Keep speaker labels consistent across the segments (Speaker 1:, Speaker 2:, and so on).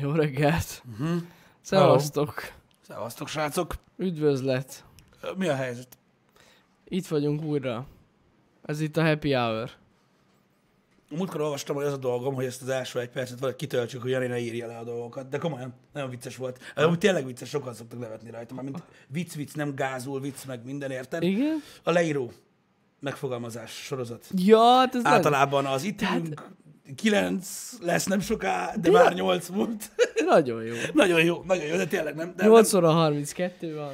Speaker 1: Jó reggelt! Szevasztok!
Speaker 2: Mhm. Szevasztok, srácok!
Speaker 1: Üdvözlet!
Speaker 2: Ö, Mi a helyzet?
Speaker 1: Itt vagyunk újra. Ez itt a happy hour.
Speaker 2: Múltkor olvastam, hogy az a dolgom, hogy ezt az első egy percet valahogy kitöltsük, hogy Jani ne írja le a dolgokat, de komolyan, nagyon vicces volt. Amúgy tényleg vicces, sokan szoktak nevetni rajta, már mint vicc-vicc, nem gázul, vicc meg minden, érted?
Speaker 1: Igen?
Speaker 2: A leíró megfogalmazás sorozat.
Speaker 1: Ja, hát ez Általán...
Speaker 2: Általában az itt ülünk, kilenc lesz nem soká, de
Speaker 1: Tényleg?
Speaker 2: már nyolc volt.
Speaker 1: nagyon jó.
Speaker 2: nagyon jó, nagyon jó, de tényleg nem. De
Speaker 1: 8 óra 32 van.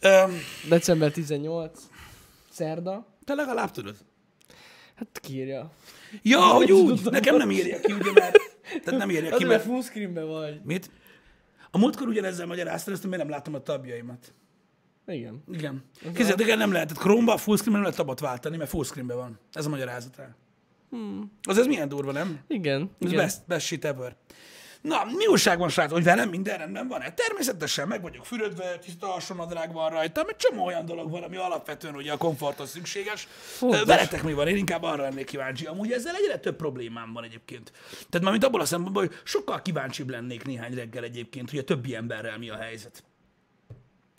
Speaker 2: nem. Öm,
Speaker 1: December 18. Szerda.
Speaker 2: te legalább tudod.
Speaker 1: Hát kiírja.
Speaker 2: Ja, hogy úgy, nekem nem írja ki, ugye, mert, tehát nem írja ki,
Speaker 1: Azért,
Speaker 2: mert
Speaker 1: mert full screenben vagy.
Speaker 2: Mit? A múltkor ugyanezzel magyaráztam, ezt miért nem láttam a tabjaimat.
Speaker 1: Igen.
Speaker 2: Igen. Képzeljétek el, nem lehetett. Chrome-ba full screen nem lehet tabat váltani, mert full screenben van. Ez a magyarázata. Hmm. Az ez milyen durva, nem?
Speaker 1: Igen.
Speaker 2: Ez
Speaker 1: igen.
Speaker 2: best, best shit ever. Na, mi újság van, srác, hogy velem minden rendben van-e? Természetesen meg vagyok fürödve, tiszta alsónadrág van rajta, mert csomó olyan dolog van, ami alapvetően ugye a komforthoz szükséges. Fontos. Veletek mi van? Én inkább arra lennék kíváncsi. Amúgy ezzel egyre több problémám van egyébként. Tehát már mint abból a szempontból, hogy sokkal kíváncsibb lennék néhány reggel egyébként, hogy a többi emberrel mi a helyzet.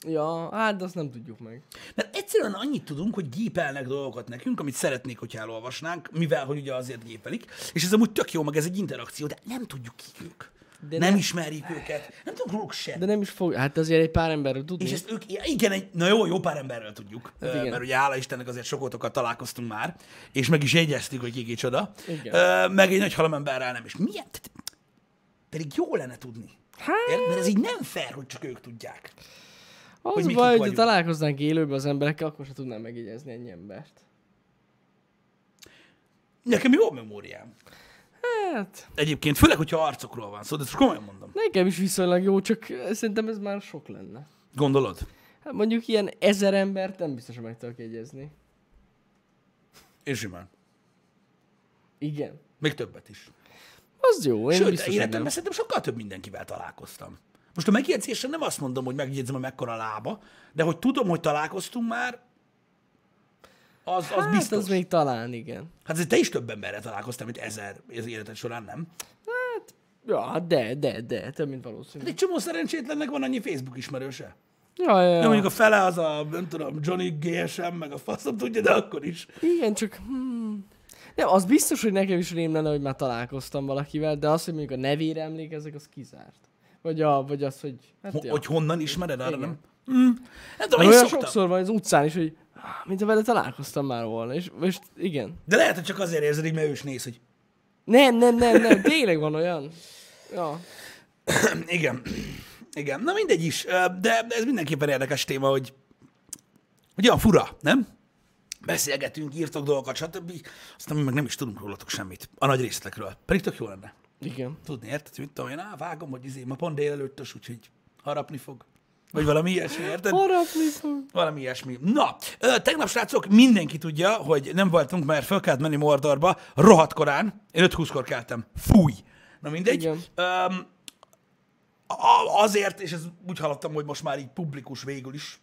Speaker 1: Ja, hát azt nem tudjuk meg.
Speaker 2: Mert egyszerűen annyit tudunk, hogy gépelnek dolgokat nekünk, amit szeretnék, hogyha elolvasnánk, mivel hogy ugye azért gépelik, és ez amúgy tök jó, meg ez egy interakció, de nem tudjuk ki ők.
Speaker 1: De
Speaker 2: De nem
Speaker 1: ne-
Speaker 2: ne... ismerjük őket, nem tudunk róluk se.
Speaker 1: De
Speaker 2: De...
Speaker 1: nem is fog... Hát azért egy pár emberről tudni.
Speaker 2: És ezt ők, ja, igen, egy, na jó, jó pár emberrel tudjuk, hát
Speaker 1: igen.
Speaker 2: mert ugye hála Istennek azért sokotokat találkoztunk már, és meg is jegyeztük, hogy kiki csoda,
Speaker 1: Igen.
Speaker 2: Ö, meg egy nagy halamemberrel nem is. Milyen? Tehát, pedig jó lenne tudni. Hát... Mert ez így nem fair, hogy csak ők tudják.
Speaker 1: Az
Speaker 2: hogy mi
Speaker 1: hogy baj,
Speaker 2: kik
Speaker 1: hogyha
Speaker 2: vagyunk.
Speaker 1: találkoznánk élőben az emberekkel, akkor sem tudnám megjegyezni ennyi embert.
Speaker 2: Nekem jó a memóriám.
Speaker 1: Hát,
Speaker 2: Egyébként, főleg, hogyha arcokról van szó, de ezt komolyan mondom.
Speaker 1: nekem is viszonylag jó, csak eh, szerintem ez már sok lenne.
Speaker 2: Gondolod?
Speaker 1: Hát mondjuk ilyen ezer embert nem biztos, hogy meg tudok jegyezni.
Speaker 2: És simán.
Speaker 1: Igen.
Speaker 2: Még többet is.
Speaker 1: Az jó, én
Speaker 2: Sőt,
Speaker 1: biztos, hogy nem.
Speaker 2: életemben szerintem sokkal több mindenkivel találkoztam. Most a megjegyzésen nem azt mondom, hogy megjegyzem, hogy mekkora a lába, de hogy tudom, hogy találkoztunk már, az, az hát,
Speaker 1: Hát
Speaker 2: biztos.
Speaker 1: az még talán, igen.
Speaker 2: Hát azért te is több emberrel találkoztam, mint ezer az életed során, nem?
Speaker 1: Ja, hát de, de, de, több mint valószínű.
Speaker 2: Hát egy csomó szerencsétlennek van annyi Facebook ismerőse.
Speaker 1: Ja, ja,
Speaker 2: Nem
Speaker 1: ja.
Speaker 2: mondjuk a fele az a, nem tudom, Johnny GSM, meg a faszom tudja, de akkor is.
Speaker 1: Igen, csak... Hmm. Nem, az biztos, hogy nekem is rém lenne, hogy már találkoztam valakivel, de az, hogy mondjuk a nevére emlékezek, az kizárt. Vagy, a, vagy az, hogy... Hát,
Speaker 2: Ho-
Speaker 1: ja.
Speaker 2: hogy honnan ismered, arra
Speaker 1: Igen. Hát
Speaker 2: nem? Mm. Nem tudom, én
Speaker 1: Olyan
Speaker 2: szoktam.
Speaker 1: sokszor van az utcán is, hogy "Ah, mint a vele találkoztam már volna, és, és igen.
Speaker 2: De lehet, hogy csak azért érzed, hogy mert ő is néz, hogy
Speaker 1: Nem, nem, nem, nem, tényleg van olyan. Ja.
Speaker 2: Igen. Igen. Na mindegy is, ö, de ez mindenképpen érdekes téma, hogy, hogy olyan fura, nem? Beszélgetünk, írtok dolgokat, stb. Aztán mi meg nem is tudunk rólatok semmit. A nagy részletekről. Pedig tök jó lenne.
Speaker 1: Igen.
Speaker 2: Tudni, érted? Mit tudom én, á, vágom, hogy izé, ma pont délelőttös, úgyhogy harapni fog. Vagy valami ilyesmi, érted?
Speaker 1: Harapni fog.
Speaker 2: Valami ilyesmi. Na, ö, tegnap, srácok, mindenki tudja, hogy nem voltunk, mert föl kellett menni Mordorba, rohadt korán. Én 5-20-kor keltem. Fúj! Na mindegy.
Speaker 1: Igen.
Speaker 2: Öm, a- azért, és ez úgy hallottam, hogy most már így publikus végül is.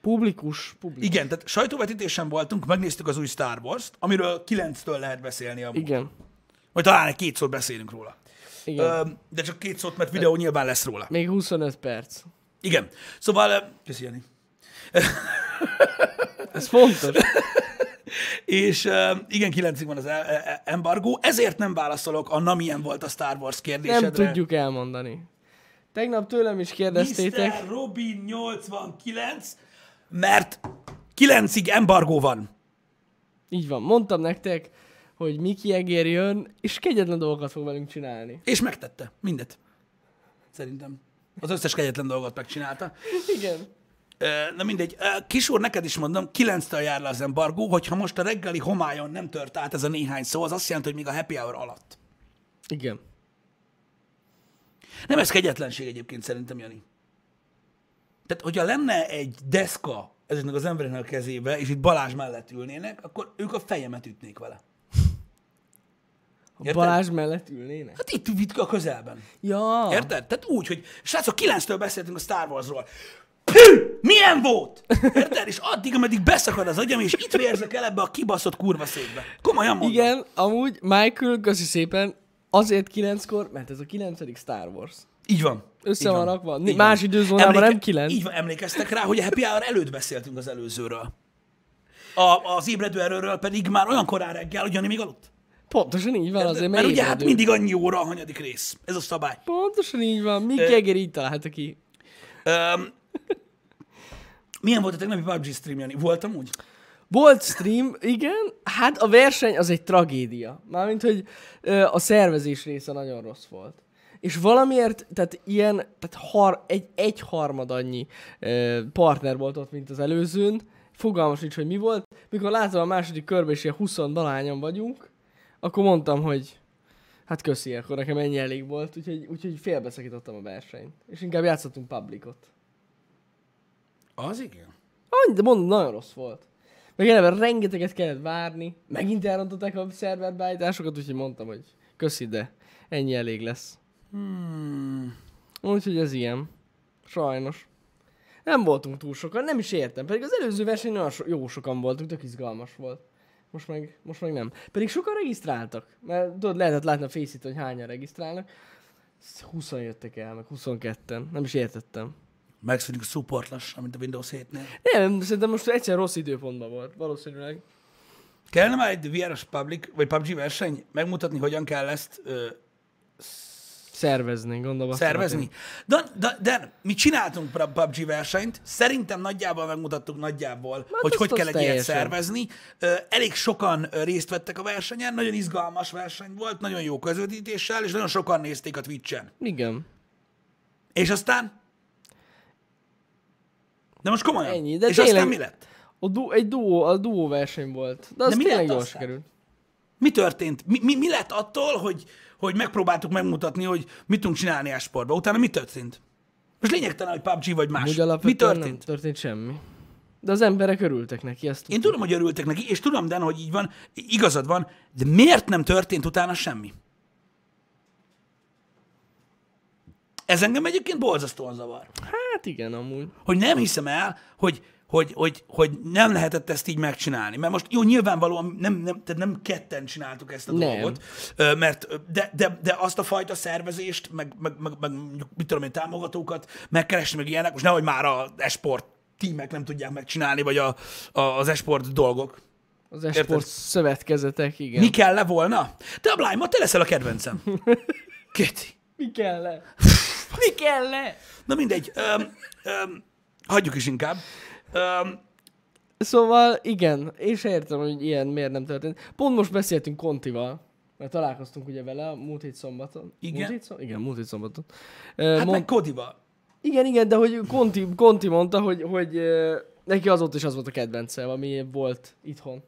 Speaker 1: Publikus, publikus.
Speaker 2: Igen, tehát sajtóvetítésen voltunk, megnéztük az új Star Wars-t, amiről 9-től lehet beszélni amúgy.
Speaker 1: Igen.
Speaker 2: Vagy talán egy két szót beszélünk róla.
Speaker 1: Igen. Ö...
Speaker 2: Öm, de csak két szót, mert videó nyilván lesz róla.
Speaker 1: Még 25 perc.
Speaker 2: Igen. Szóval... ö, Köszi, Jani.
Speaker 1: Ez fontos.
Speaker 2: És uh, igen, kilencig van az e- e- embargó, ezért nem válaszolok a na milyen volt a Star Wars kérdésedre.
Speaker 1: Nem tudjuk elmondani. Tegnap tőlem is kérdeztétek.
Speaker 2: Mr. Robin 89, mert kilencig embargó van.
Speaker 1: Így van, mondtam nektek, hogy Miki Egér jön, és kegyetlen dolgokat fog velünk csinálni.
Speaker 2: És megtette mindet. Szerintem. Az összes kegyetlen dolgot megcsinálta.
Speaker 1: Igen.
Speaker 2: Ö, Na mindegy. Ö, Kis úr, neked is mondom, kilenctől jár le az embargó, hogyha most a reggeli homályon nem tört át ez a néhány szó, az azt jelenti, hogy még a happy hour alatt.
Speaker 1: Igen.
Speaker 2: Nem ez kegyetlenség egyébként szerintem, Jani. Tehát, hogyha lenne egy deszka ezeknek az embereknek a kezébe, és itt Balázs mellett ülnének, akkor ők a fejemet ütnék vele.
Speaker 1: A
Speaker 2: Érted?
Speaker 1: Balázs mellett ülnének.
Speaker 2: Hát itt ütik a közelben.
Speaker 1: Ja.
Speaker 2: Érted? Tehát úgy, hogy srácok, 9-től beszéltünk a Star Warsról. Pű! Milyen volt? Érted? És addig, ameddig beszakad az agyam, és itt vérzek el ebbe a kibaszott kurva székbe. Komolyan mondom.
Speaker 1: Igen, amúgy Michael, köszi szépen, azért kilenckor, mert ez a kilencedik Star Wars.
Speaker 2: Így van.
Speaker 1: Össze
Speaker 2: Így
Speaker 1: van
Speaker 2: van.
Speaker 1: rakva. Ni- Más időzónában nem kilenc.
Speaker 2: Így van, emlékeztek rá, hogy a Happy Hour előtt beszéltünk az előzőről. A, az ébredő erőről pedig már olyan korán reggel, hogy Jani még aludt.
Speaker 1: Pontosan így van azért,
Speaker 2: Mert
Speaker 1: mert
Speaker 2: ugye hát
Speaker 1: ébredő.
Speaker 2: mindig annyi óra a hanyadik rész. Ez a szabály.
Speaker 1: Pontosan így van. Mick Jagger így találta ki.
Speaker 2: Öm, milyen volt a tegnapi PUBG stream, Jani? Voltam úgy?
Speaker 1: Volt stream, igen. Hát a verseny az egy tragédia. Mármint, hogy ö, a szervezés része nagyon rossz volt. És valamiért, tehát ilyen, tehát har, egy, egy harmad annyi ö, partner volt ott, mint az előzőn. Fogalmas nincs, hogy mi volt. Mikor látom a második körben, és ilyen 20 dalányan vagyunk, akkor mondtam, hogy hát köszi, akkor nekem ennyi elég volt, úgyhogy, úgyhogy félbeszakítottam a versenyt. És inkább játszottunk publicot.
Speaker 2: Az igen.
Speaker 1: Annyi, de mondom, nagyon rossz volt. Meg eleve rengeteget kellett várni, megint elrontották a szerver beállításokat, úgyhogy mondtam, hogy köszi, de ennyi elég lesz. Hmm. Úgyhogy ez ilyen. Sajnos. Nem voltunk túl sokan, nem is értem. Pedig az előző versenyen olyan so- jó sokan voltunk, tök izgalmas volt. Most meg, most meg nem. Pedig sokan regisztráltak. Mert tudod, lehetett látni a face hogy hányan regisztrálnak. 20 jöttek el, meg 22-en. Nem is értettem.
Speaker 2: Megszűnik a support lassan, mint a Windows 7-nél.
Speaker 1: Nem, szerintem most egyszer rossz időpontban volt, valószínűleg.
Speaker 2: Kellene már egy VR-os public, vagy PUBG verseny megmutatni, hogyan kell ezt ö,
Speaker 1: Szervezni, gondolom. azt
Speaker 2: szervezni.
Speaker 1: szeretném.
Speaker 2: De, de, de mi csináltunk pra- PUBG versenyt, szerintem nagyjából megmutattuk nagyjából, hogy
Speaker 1: azt-
Speaker 2: hogy kell
Speaker 1: azt
Speaker 2: egy ilyet
Speaker 1: teljesen.
Speaker 2: szervezni. Ö, Elég sokan ö, részt vettek a versenyen, nagyon izgalmas verseny volt, nagyon jó közvetítéssel, és nagyon sokan nézték a Twitch-en.
Speaker 1: Igen.
Speaker 2: És aztán? De most komolyan.
Speaker 1: Ennyi, de
Speaker 2: és
Speaker 1: tényleg-
Speaker 2: aztán mi lett?
Speaker 1: A du- egy duó, a duó verseny volt. De az
Speaker 2: De mi
Speaker 1: tényleg
Speaker 2: lett
Speaker 1: jól
Speaker 2: aztán?
Speaker 1: sikerült.
Speaker 2: Mi történt? Mi, mi, mi lett attól, hogy, hogy megpróbáltuk megmutatni, hogy mit tudunk csinálni a sportban? Utána mi történt? Most lényegtelen, hogy PUBG vagy más.
Speaker 1: Úgy
Speaker 2: Mi
Speaker 1: alapvetően
Speaker 2: történt?
Speaker 1: nem történt semmi. De az emberek örültek neki, ezt
Speaker 2: Én tudom, hogy örültek neki, és tudom, Dan, hogy így van, igazad van, de miért nem történt utána semmi? Ez engem egyébként borzasztóan zavar.
Speaker 1: Hát igen, amúgy.
Speaker 2: Hogy nem hiszem el, hogy, hogy, hogy, hogy nem lehetett ezt így megcsinálni. Mert most jó, nyilvánvalóan nem, nem, tehát nem ketten csináltuk ezt a
Speaker 1: Nem.
Speaker 2: dolgot, ö, mert ö, de, de, de azt a fajta szervezést, meg, meg, meg, meg mondjuk, mit tudom én, támogatókat megkeresni, meg ilyenek, most nehogy már a esport tímek nem tudják megcsinálni, vagy a, a, az esport dolgok.
Speaker 1: Az esport szövetkezetek, igen.
Speaker 2: Mi
Speaker 1: Mi,
Speaker 2: kell le volna? Te a Bláj, ma te leszel a kedvencem. Kéti.
Speaker 1: Mi kell le? Mi kell le?
Speaker 2: Na mindegy. Öm, öm, hagyjuk is inkább. Öm, hát
Speaker 1: Szóval igen, és értem, hogy ilyen miért nem történt. Pont most beszéltünk Kontival, mert találkoztunk ugye vele a múlt hét szombaton.
Speaker 2: Igen.
Speaker 1: Múlt hét szombaton? Igen, múlt hét szombaton. Ö,
Speaker 2: hát
Speaker 1: mond-
Speaker 2: meg Kodival.
Speaker 1: Igen, igen, de hogy Conti, Conti mondta, hogy, hogy ö, neki azóta is az volt a kedvence, ami volt itthon.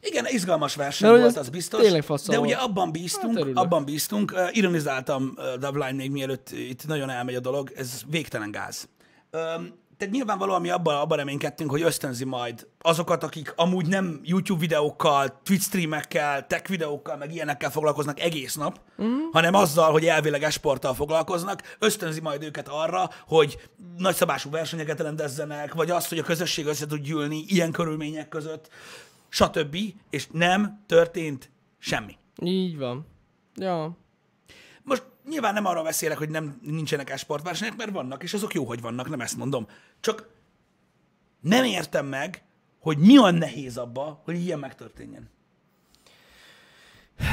Speaker 2: Igen, izgalmas verseny
Speaker 1: De hogy
Speaker 2: volt,
Speaker 1: ez
Speaker 2: az biztos.
Speaker 1: tényleg fasza
Speaker 2: de ugye
Speaker 1: volt.
Speaker 2: abban bíztunk,
Speaker 1: Hát örülök.
Speaker 2: abban bíztunk. Ö, Ironizáltam ö, Dublin még mielőtt itt nagyon elmegy a dolog, ez végtelen gáz. Öm, tehát nyilvánvalóan mi abban, abban reménykedtünk, hogy ösztönzi majd azokat, akik amúgy nem YouTube videókkal, Twitch streamekkel, tech videókkal, meg ilyenekkel foglalkoznak egész nap,
Speaker 1: Mhm.
Speaker 2: hanem azzal, hogy elvileg esporttal foglalkoznak, ösztönzi majd őket arra, hogy nagyszabású versenyeket rendezzenek, vagy azt, hogy a közösség össze tud gyűlni ilyen körülmények között, stb. És nem történt semmi.
Speaker 1: Így van. Ja.
Speaker 2: Most nyilván nem arra beszélek, hogy nem nincsenek e-sportversenyek, mert vannak, és azok jó, hogy vannak, nem ezt mondom. Csak nem értem meg, hogy mi olyan nehéz abba, hogy ilyen megtörténjen.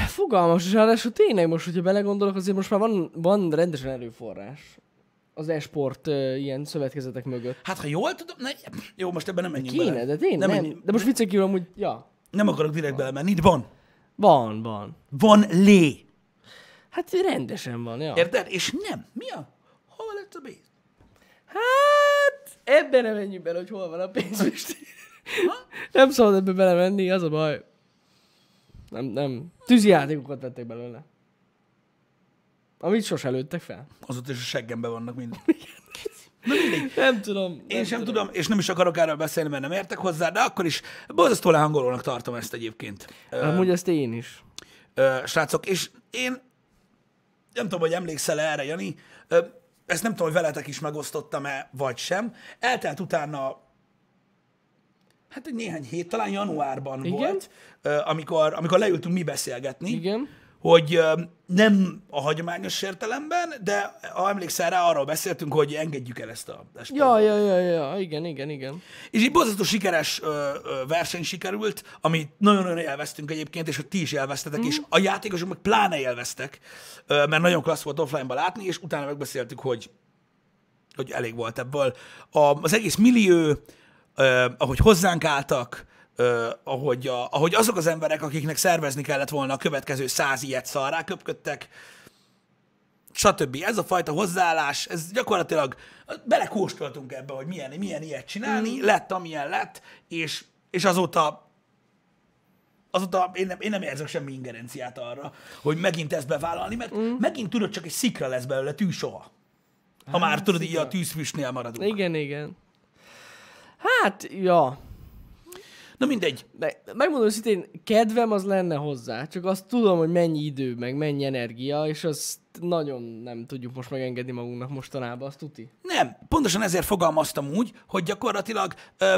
Speaker 1: Fogalmas, és ráadásul tényleg most, hogyha belegondolok, azért most már van, van rendesen erőforrás az esport ö, ilyen szövetkezetek mögött.
Speaker 2: Hát, ha jól tudom, ne, jó, most ebben nem menjünk
Speaker 1: Kéne,
Speaker 2: bele.
Speaker 1: de tényleg nem. nem.
Speaker 2: menjünk-
Speaker 1: De most viccek kívül amúgy, ja.
Speaker 2: nem akarok direkt belemenni, itt van.
Speaker 1: Van, van.
Speaker 2: Van lé.
Speaker 1: Hát rendesen van, ja.
Speaker 2: Érted? És nem. Mi a? Hol lett a pénz?
Speaker 1: Hát, ebben nem menjünk bele, hogy hol van a pénz most. nem szabad ebbe belemenni, az a baj. Nem, nem. Tűzijátékokat vettek belőle. Amit sose lőttek fel.
Speaker 2: Azóta is a seggemben vannak mind.
Speaker 1: Nem tudom. Nem
Speaker 2: Én sem tudom, és nem is akarok erről beszélni, mert nem értek hozzá, de akkor is borzasztó lehangolónak tartom ezt egyébként. Ö,
Speaker 1: Amúgy ezt én is.
Speaker 2: ö, srácok, és én nem tudom, hogy emlékszel erre, Jani, ö, ezt nem tudom, hogy veletek is megosztottam-e, vagy sem. Eltelt utána hát egy néhány hét, talán januárban
Speaker 1: Igen?
Speaker 2: volt, ö, amikor, amikor leültünk mi beszélgetni,
Speaker 1: Igen.
Speaker 2: hogy ö, nem a hagyományos értelemben, de ha emlékszel rá, arról beszéltünk, hogy engedjük el ezt a ezt
Speaker 1: Ja, ja, ja, ja, igen, igen, igen.
Speaker 2: és egy borzasztó sikeres ö, ö, verseny sikerült, amit nagyon-nagyon élveztünk egyébként, és hogy ti is élveztetek, és a játékosok meg pláne élveztek, ö, mert nagyon klassz volt offline-ban látni, és utána megbeszéltük, hogy, hogy elég volt ebből. A, az egész millió, ö, ahogy hozzánk álltak, ö, ahogy, a, ahogy azok az emberek, akiknek szervezni kellett volna a következő száz ilyet szarrá köpködtek, stb. Ez a fajta hozzáállás, ez gyakorlatilag belekóstoltunk ebbe, hogy milyen, milyen ilyet csinálni, mm. lett, amilyen lett, és, és azóta azóta én nem, én nem érzek semmi ingerenciát arra, hogy megint ezt bevállalni, mert mm. megint tudod, csak egy szikra lesz belőle tű soha. Ha már tudod, így a tűzfűsnél maradunk.
Speaker 1: Igen, igen. Hát, ja.
Speaker 2: Na mindegy.
Speaker 1: De megmondom őszintén, kedvem az lenne hozzá, csak azt tudom, hogy mennyi idő, meg mennyi energia, és azt nagyon nem tudjuk most megengedni magunknak mostanában, azt tuti.
Speaker 2: Nem, pontosan ezért fogalmaztam úgy, hogy gyakorlatilag ö,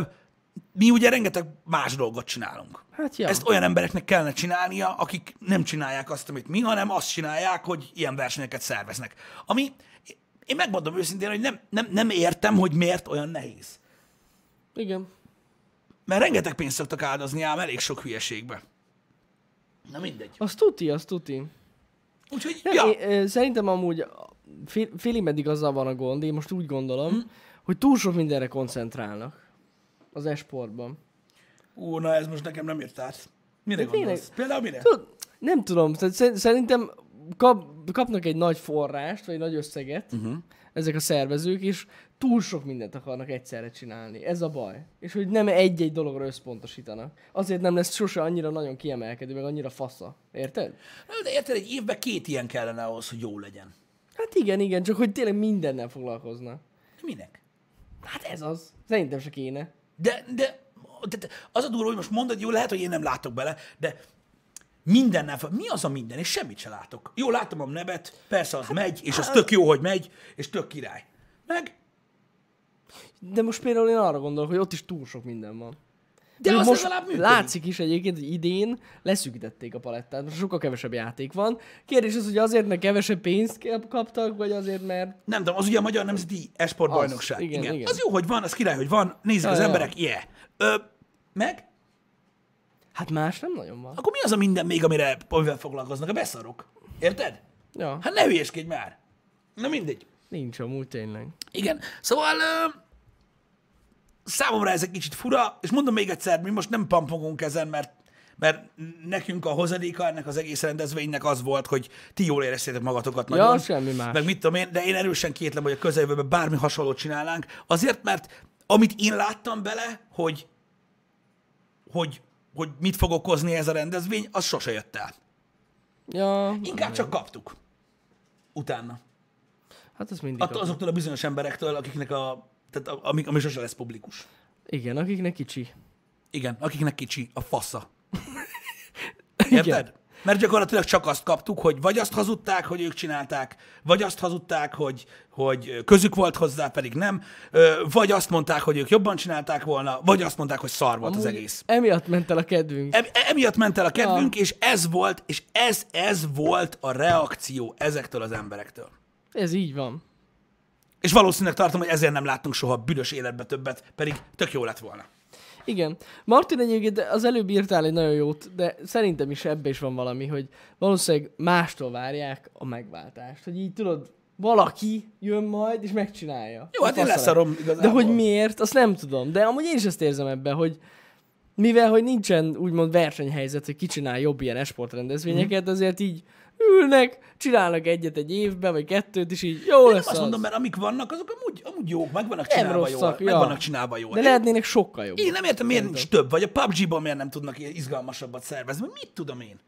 Speaker 2: mi ugye rengeteg más dolgot csinálunk.
Speaker 1: Hát ja.
Speaker 2: Ezt olyan embereknek kellene csinálnia, akik nem csinálják azt, amit mi, hanem azt csinálják, hogy ilyen versenyeket szerveznek. Ami, én megmondom őszintén, hogy nem, nem, nem értem, hogy miért olyan nehéz.
Speaker 1: Igen.
Speaker 2: Mert rengeteg pénzt szoktak áldozni ám elég sok hülyeségbe. Na mindegy.
Speaker 1: Azt tuti, azt tuti.
Speaker 2: Úgyhogy,
Speaker 1: Nem,
Speaker 2: ja,
Speaker 1: én, ö, szerintem amúgy a- fél, félig meddig azzal van a gond, én most úgy gondolom, hogy túl sok mindenre koncentrálnak az esportban.
Speaker 2: ú, na ez most nekem nem jött át. Mire
Speaker 1: De tényleg-
Speaker 2: gondolsz? Például mire?
Speaker 1: Tud, nem tudom, tehát szer- szerintem kap, kapnak egy nagy forrást, vagy egy nagy összeget uh-huh. ezek a szervezők, és túl sok mindent akarnak egyszerre csinálni. Ez a baj. És hogy nem egy-egy dologra összpontosítanak. Azért nem lesz sose annyira nagyon kiemelkedő, meg annyira fasza. Érted?
Speaker 2: Na, De érted, egy évben két ilyen kellene ahhoz, hogy jó legyen.
Speaker 1: Hát igen, igen, csak hogy tényleg mindennel foglalkoznak.
Speaker 2: Minek?
Speaker 1: Hát ez az. Szerintem se kéne.
Speaker 2: De, de, de, de az a durva, hogy most mondod, jó, lehet, hogy én nem látok bele, de mindennel fel, mi az a minden, és semmit se látok. Jó, látom a nebet, persze az megy, és az tök jó, hogy megy, és tök király. Meg,
Speaker 1: De most például én arra gondolok, hogy ott is túl sok minden van.
Speaker 2: de
Speaker 1: Ugye
Speaker 2: az
Speaker 1: most
Speaker 2: legalább működik.
Speaker 1: látszik is egyébként, hogy idén leszűkítették a palettát, most sokkal kevesebb játék van. Kérdés az, hogy azért, mert kevesebb pénzt kap- kaptak, vagy azért, mert...
Speaker 2: Nem tudom, az ugye a Magyar Nemzeti Esport Bajnokság.
Speaker 1: igen,
Speaker 2: Igen, igen.
Speaker 1: igen.
Speaker 2: Az jó, hogy van, az király, hogy van, nézik
Speaker 1: Ja,
Speaker 2: az
Speaker 1: ja.
Speaker 2: emberek, yeah. Ö, meg,
Speaker 1: Hát más nem nagyon van.
Speaker 2: akkor mi az a minden még, amire amivel foglalkoznak? A beszarok. Érted?
Speaker 1: Ja,
Speaker 2: Hát ne hülyeskedj már. Na mindegy.
Speaker 1: nincs amúgy tényleg.
Speaker 2: Igen, szóval ö, számomra ez egy kicsit fura, és mondom még egyszer, mi most nem pampogunk ezen, mert, mert nekünk a hozadéka ennek az egész rendezvénynek az volt, hogy ti jól éreztétek magatokat
Speaker 1: Ja,
Speaker 2: nagyon.
Speaker 1: semmi más.
Speaker 2: Meg mit tudom én, de én erősen kétlem, hogy a közeljövőben bármi hasonlót csinálnánk, azért, mert amit én láttam bele, hogy, hogy, hogy mit fog okozni ez a rendezvény, az sose jött el.
Speaker 1: Ja,
Speaker 2: Inkább csak kaptuk. Utána.
Speaker 1: hát az mindig...
Speaker 2: Attól
Speaker 1: Attól...
Speaker 2: azoktól a bizonyos emberektől, akiknek a, tehát a, ami, ami sose lesz publikus.
Speaker 1: Igen, akiknek kicsi.
Speaker 2: Igen, akiknek kicsi a fasza. Érted?
Speaker 1: Igen.
Speaker 2: Mert gyakorlatilag csak azt kaptuk, hogy vagy azt hazudták, hogy ők csinálták, vagy azt hazudták, hogy, hogy közük volt hozzá, pedig nem, ö, vagy azt mondták, hogy ők jobban csinálták volna, vagy azt mondták, hogy szar volt az
Speaker 1: Amúgy
Speaker 2: egész.
Speaker 1: Emiatt ment el a kedvünk.
Speaker 2: Em, emiatt ment el a kedvünk, és ez volt, és ez, ez volt a reakció ezektől az emberektől.
Speaker 1: Ez így van.
Speaker 2: És valószínűleg tartom, hogy ezért nem láttunk soha büdös életbe többet, pedig tök jó lett volna.
Speaker 1: Igen. Martin egyébként az előbb írtál egy nagyon jót, de szerintem is ebbe is van valami, hogy valószínűleg mástól várják a megváltást. Hogy így tudod, valaki jön majd és megcsinálja.
Speaker 2: Jó, hát én
Speaker 1: Faszalek.
Speaker 2: leszarom igazából.
Speaker 1: De hogy miért, azt nem tudom. De amúgy én is ezt érzem ebben, hogy mivel, hogy nincsen úgymond versenyhelyzet, hogy ki csinál jobb ilyen
Speaker 2: Mhm.
Speaker 1: esportrendezvényeket, azért így ülnek, csinálnak egyet egy évben, vagy kettőt, és így jó
Speaker 2: Nem
Speaker 1: lesz
Speaker 2: azt
Speaker 1: az.
Speaker 2: mondom, mert amik vannak, azok amúgy, amúgy jók, meg vannak
Speaker 1: Nem
Speaker 2: csinálva jól.
Speaker 1: rosszak,
Speaker 2: Meg
Speaker 1: ja.
Speaker 2: vannak csinálva jól.
Speaker 1: De lehetnének sokkal jobb.
Speaker 2: Én nem értem, miért nincs több, vagy a PUBG-ban miért nem tudnak ilyen izgalmasabbat szervezni, mit tudom én.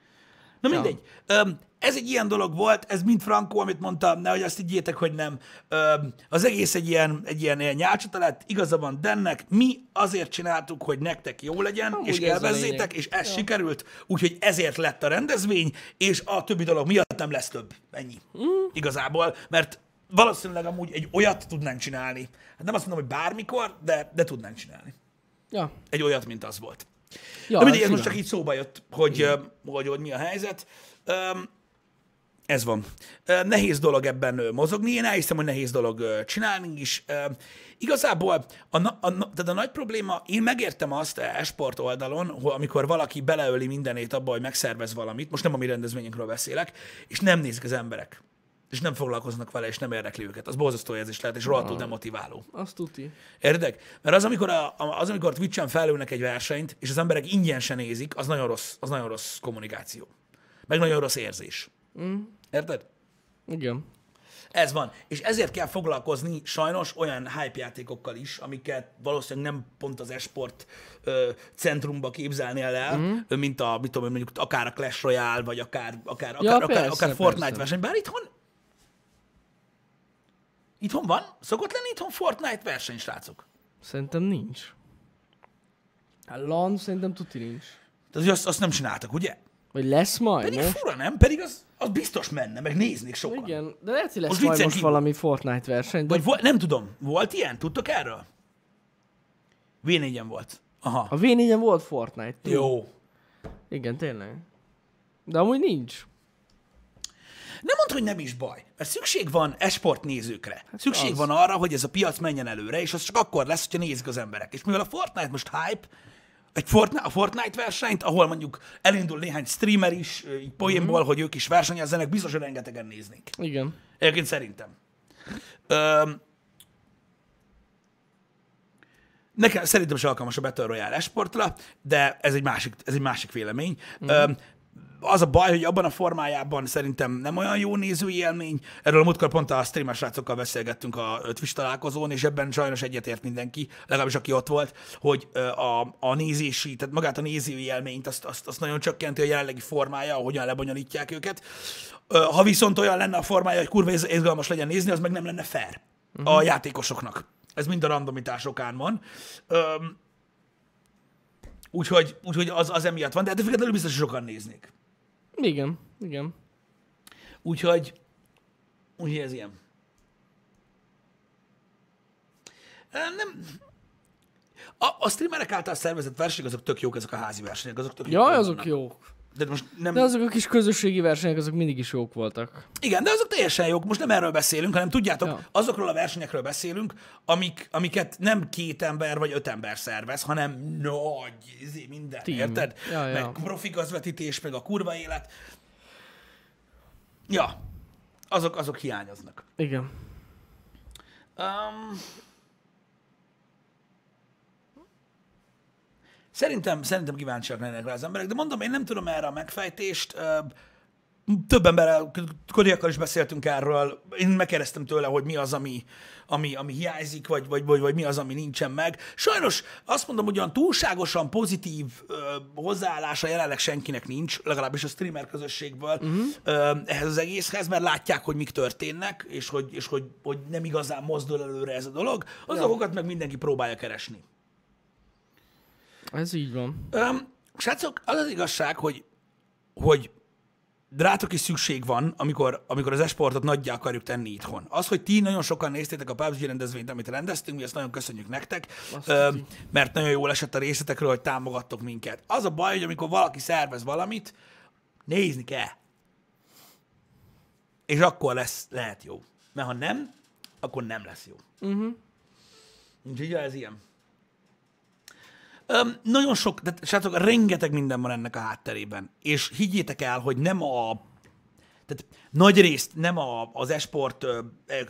Speaker 2: Na mindegy. Öm, ez egy ilyen dolog volt, ez mind Franco, amit mondtam, nehogy azt higgyétek, hogy nem. Öm, az egész egy ilyen, egy ilyen, ilyen nyálcsata lett, igaza van Dennek, mi azért csináltuk, hogy nektek jó legyen,
Speaker 1: Amúgy
Speaker 2: és
Speaker 1: ez a
Speaker 2: élvezzétek,
Speaker 1: lényeg.
Speaker 2: és ez sikerült, úgyhogy ezért lett a rendezvény, és a többi dolog miatt nem lesz több. Ennyi.
Speaker 1: Mm.
Speaker 2: Igazából, mert valószínűleg amúgy egy olyat tudnánk csinálni. Hát nem azt mondom, hogy bármikor, de, de tudnánk csinálni
Speaker 1: Ja.
Speaker 2: egy olyat, mint az volt.
Speaker 1: ja
Speaker 2: Na mindegy,
Speaker 1: hát
Speaker 2: ez most
Speaker 1: simán.
Speaker 2: csak így szóba jött, hogy, ö, hogy, hogy mi a helyzet. Öm, Ez van. Ö, Nehéz dolog ebben ö, mozogni, én elhiszem, hogy nehéz dolog ö, csinálni is. Ö, Igazából a, na- a, na- tehát a nagy probléma, én megértem azt e-sport oldalon, hogy amikor valaki beleöli mindenét abba, hogy megszervez valamit, most nem a mi rendezvényünkről beszélek, és nem nézik az emberek, és nem foglalkoznak vele, és nem érdekli őket. Az borzasztó érzés lehet, és rohadtul demotiváló.
Speaker 1: Azt tuti.
Speaker 2: Érdek? Mert az, amikor, a, a- az, amikor Twitch-en felülnek egy versenyt, és az emberek ingyen se nézik, az nagyon rossz, az nagyon rossz kommunikáció. Meg nagyon rossz érzés.
Speaker 1: Mm.
Speaker 2: Érted?
Speaker 1: Igen.
Speaker 2: Ez van. És ezért kell foglalkozni sajnos olyan hype játékokkal is, amiket valószínűleg nem pont az esport ö, centrumba képzelnél el,
Speaker 1: Mhm.
Speaker 2: mm. mint a, mit tudom, én, mondjuk akár a Clash Royale, vagy akár, akár, akár,
Speaker 1: Ja,
Speaker 2: akár,
Speaker 1: persze,
Speaker 2: akár Fortnite
Speaker 1: persze.
Speaker 2: verseny. Bár itthon itthon van? Szokott lenni itthon Fortnite verseny, srácok?
Speaker 1: Szerintem nincs. A LAN Hát szerintem tuti nincs.
Speaker 2: Tehát, hogy azt, azt nem csináltak, ugye?
Speaker 1: Vagy lesz majd,
Speaker 2: Pedig
Speaker 1: most?
Speaker 2: fura, nem? Pedig az, az biztos menne, meg néznék sokan. Igen.
Speaker 1: Igen, de lehet, hogy lesz most
Speaker 2: Most
Speaker 1: majd
Speaker 2: viccen
Speaker 1: most
Speaker 2: kívül.
Speaker 1: valami Fortnite verseny, de
Speaker 2: Vagy vo- nem tudom, volt ilyen? Tudtok erről? v 4 volt. Aha.
Speaker 1: a v 4 volt Fortnite. Jó.
Speaker 2: Jó.
Speaker 1: Igen, tényleg. De amúgy nincs.
Speaker 2: Nem mondd, hogy nem is baj, mert szükség van esport nézőkre. Szükség
Speaker 1: Hát az.
Speaker 2: van arra, hogy ez a piac menjen előre, és az csak akkor lesz, hogyha nézik az emberek. És mivel a Fortnite most hype, egy Fortnite, a Fortnite versenyt, ahol mondjuk elindul néhány streamer is, ö, így poénból,
Speaker 1: Mhm.
Speaker 2: hogy ők is versenyezzenek, biztos, hogy rengetegen néznék.
Speaker 1: Igen.
Speaker 2: Egyébként szerintem. Öm, nekem szerintem is alkalmas a Battle Royale esportra, de ez egy másik, ez egy másik vélemény. Öm, az a baj, hogy abban a formájában szerintem nem olyan jó nézői élmény. Erről múltkor pont a streamer srácokkal beszélgettünk a ö, Twitch találkozón, és ebben sajnos egyetért mindenki, legalábbis aki ott volt, hogy ö, a, a nézési, tehát magát a nézői élményt, azt, azt, azt nagyon csökkenti a jelenlegi formája, ahogyan lebonyolítják őket. Ö, Ha viszont olyan lenne a formája, hogy kurva iz- izgalmas legyen nézni, az meg nem lenne fair a játékosoknak. Ez mind a randomitás okán van. Öm, Úgyhogy, úgyhogy az, az emiatt van, de ettől függetlenül biztos, hogy sokan néznék.
Speaker 1: Igen, igen.
Speaker 2: Úgyhogy, úgyhogy ez ilyen. Ö, Nem. A, a streamerek által szervezett versenyek, azok tök jók, ezek a házi versenyek, azok tök
Speaker 1: Jaj,
Speaker 2: jól
Speaker 1: azok
Speaker 2: vannak.
Speaker 1: jók.
Speaker 2: De most nem...
Speaker 1: De azok a kis közösségi versenyek, azok mindig is jók voltak.
Speaker 2: Igen, de azok teljesen jók. Most nem erről beszélünk, hanem tudjátok,
Speaker 1: Ja.
Speaker 2: azokról a versenyekről beszélünk, amik, amiket nem két ember vagy öt ember szervez, hanem nagy, izé, minden,
Speaker 1: Team.
Speaker 2: érted?
Speaker 1: Ja, ja.
Speaker 2: meg profi közvetítés, meg a kurva élet. Ja, azok, azok hiányoznak.
Speaker 1: Igen.
Speaker 2: Um, szerintem, szerintem kíváncsiak lennének rá az emberek, de mondom, én nem tudom erre a megfejtést. Ö, Több emberrel, Kodiakkal is beszéltünk erről, én megkérdeztem tőle, hogy mi az, ami, ami, ami hiányzik, vagy, vagy, vagy, vagy mi az, ami nincsen meg. Sajnos azt mondom, hogy olyan túlságosan pozitív ö, hozzáállása jelenleg senkinek nincs, legalábbis a streamer közösségből uh-huh. ö, ehhez az egészhez, mert látják, hogy mik történnek, és hogy, és hogy, hogy nem igazán mozdul előre ez a dolog. Azokat meg mindenki próbálja keresni.
Speaker 1: Ez így van.
Speaker 2: Öm, srácok, az az igazság, hogy, hogy rátok is szükség van, amikor, amikor az esportot nagyjá akarjuk tenni itthon. Az, hogy ti nagyon sokan néztétek a PUBG rendezvényt, amit rendeztünk, mi ezt nagyon köszönjük nektek, öm, mert nagyon jól esett a részletekről, hogy támogattok minket. Az a baj, hogy amikor valaki szervez valamit, nézni kell. És akkor lesz, lehet jó. Mert ha nem, akkor nem lesz jó. Uh-huh. Úgyhogy ja, ez ilyen. Öm, nagyon sok, de srácok, rengeteg minden van ennek a hátterében. És higgyétek el, hogy nem a tehát nagy részt nem a, az esport ö,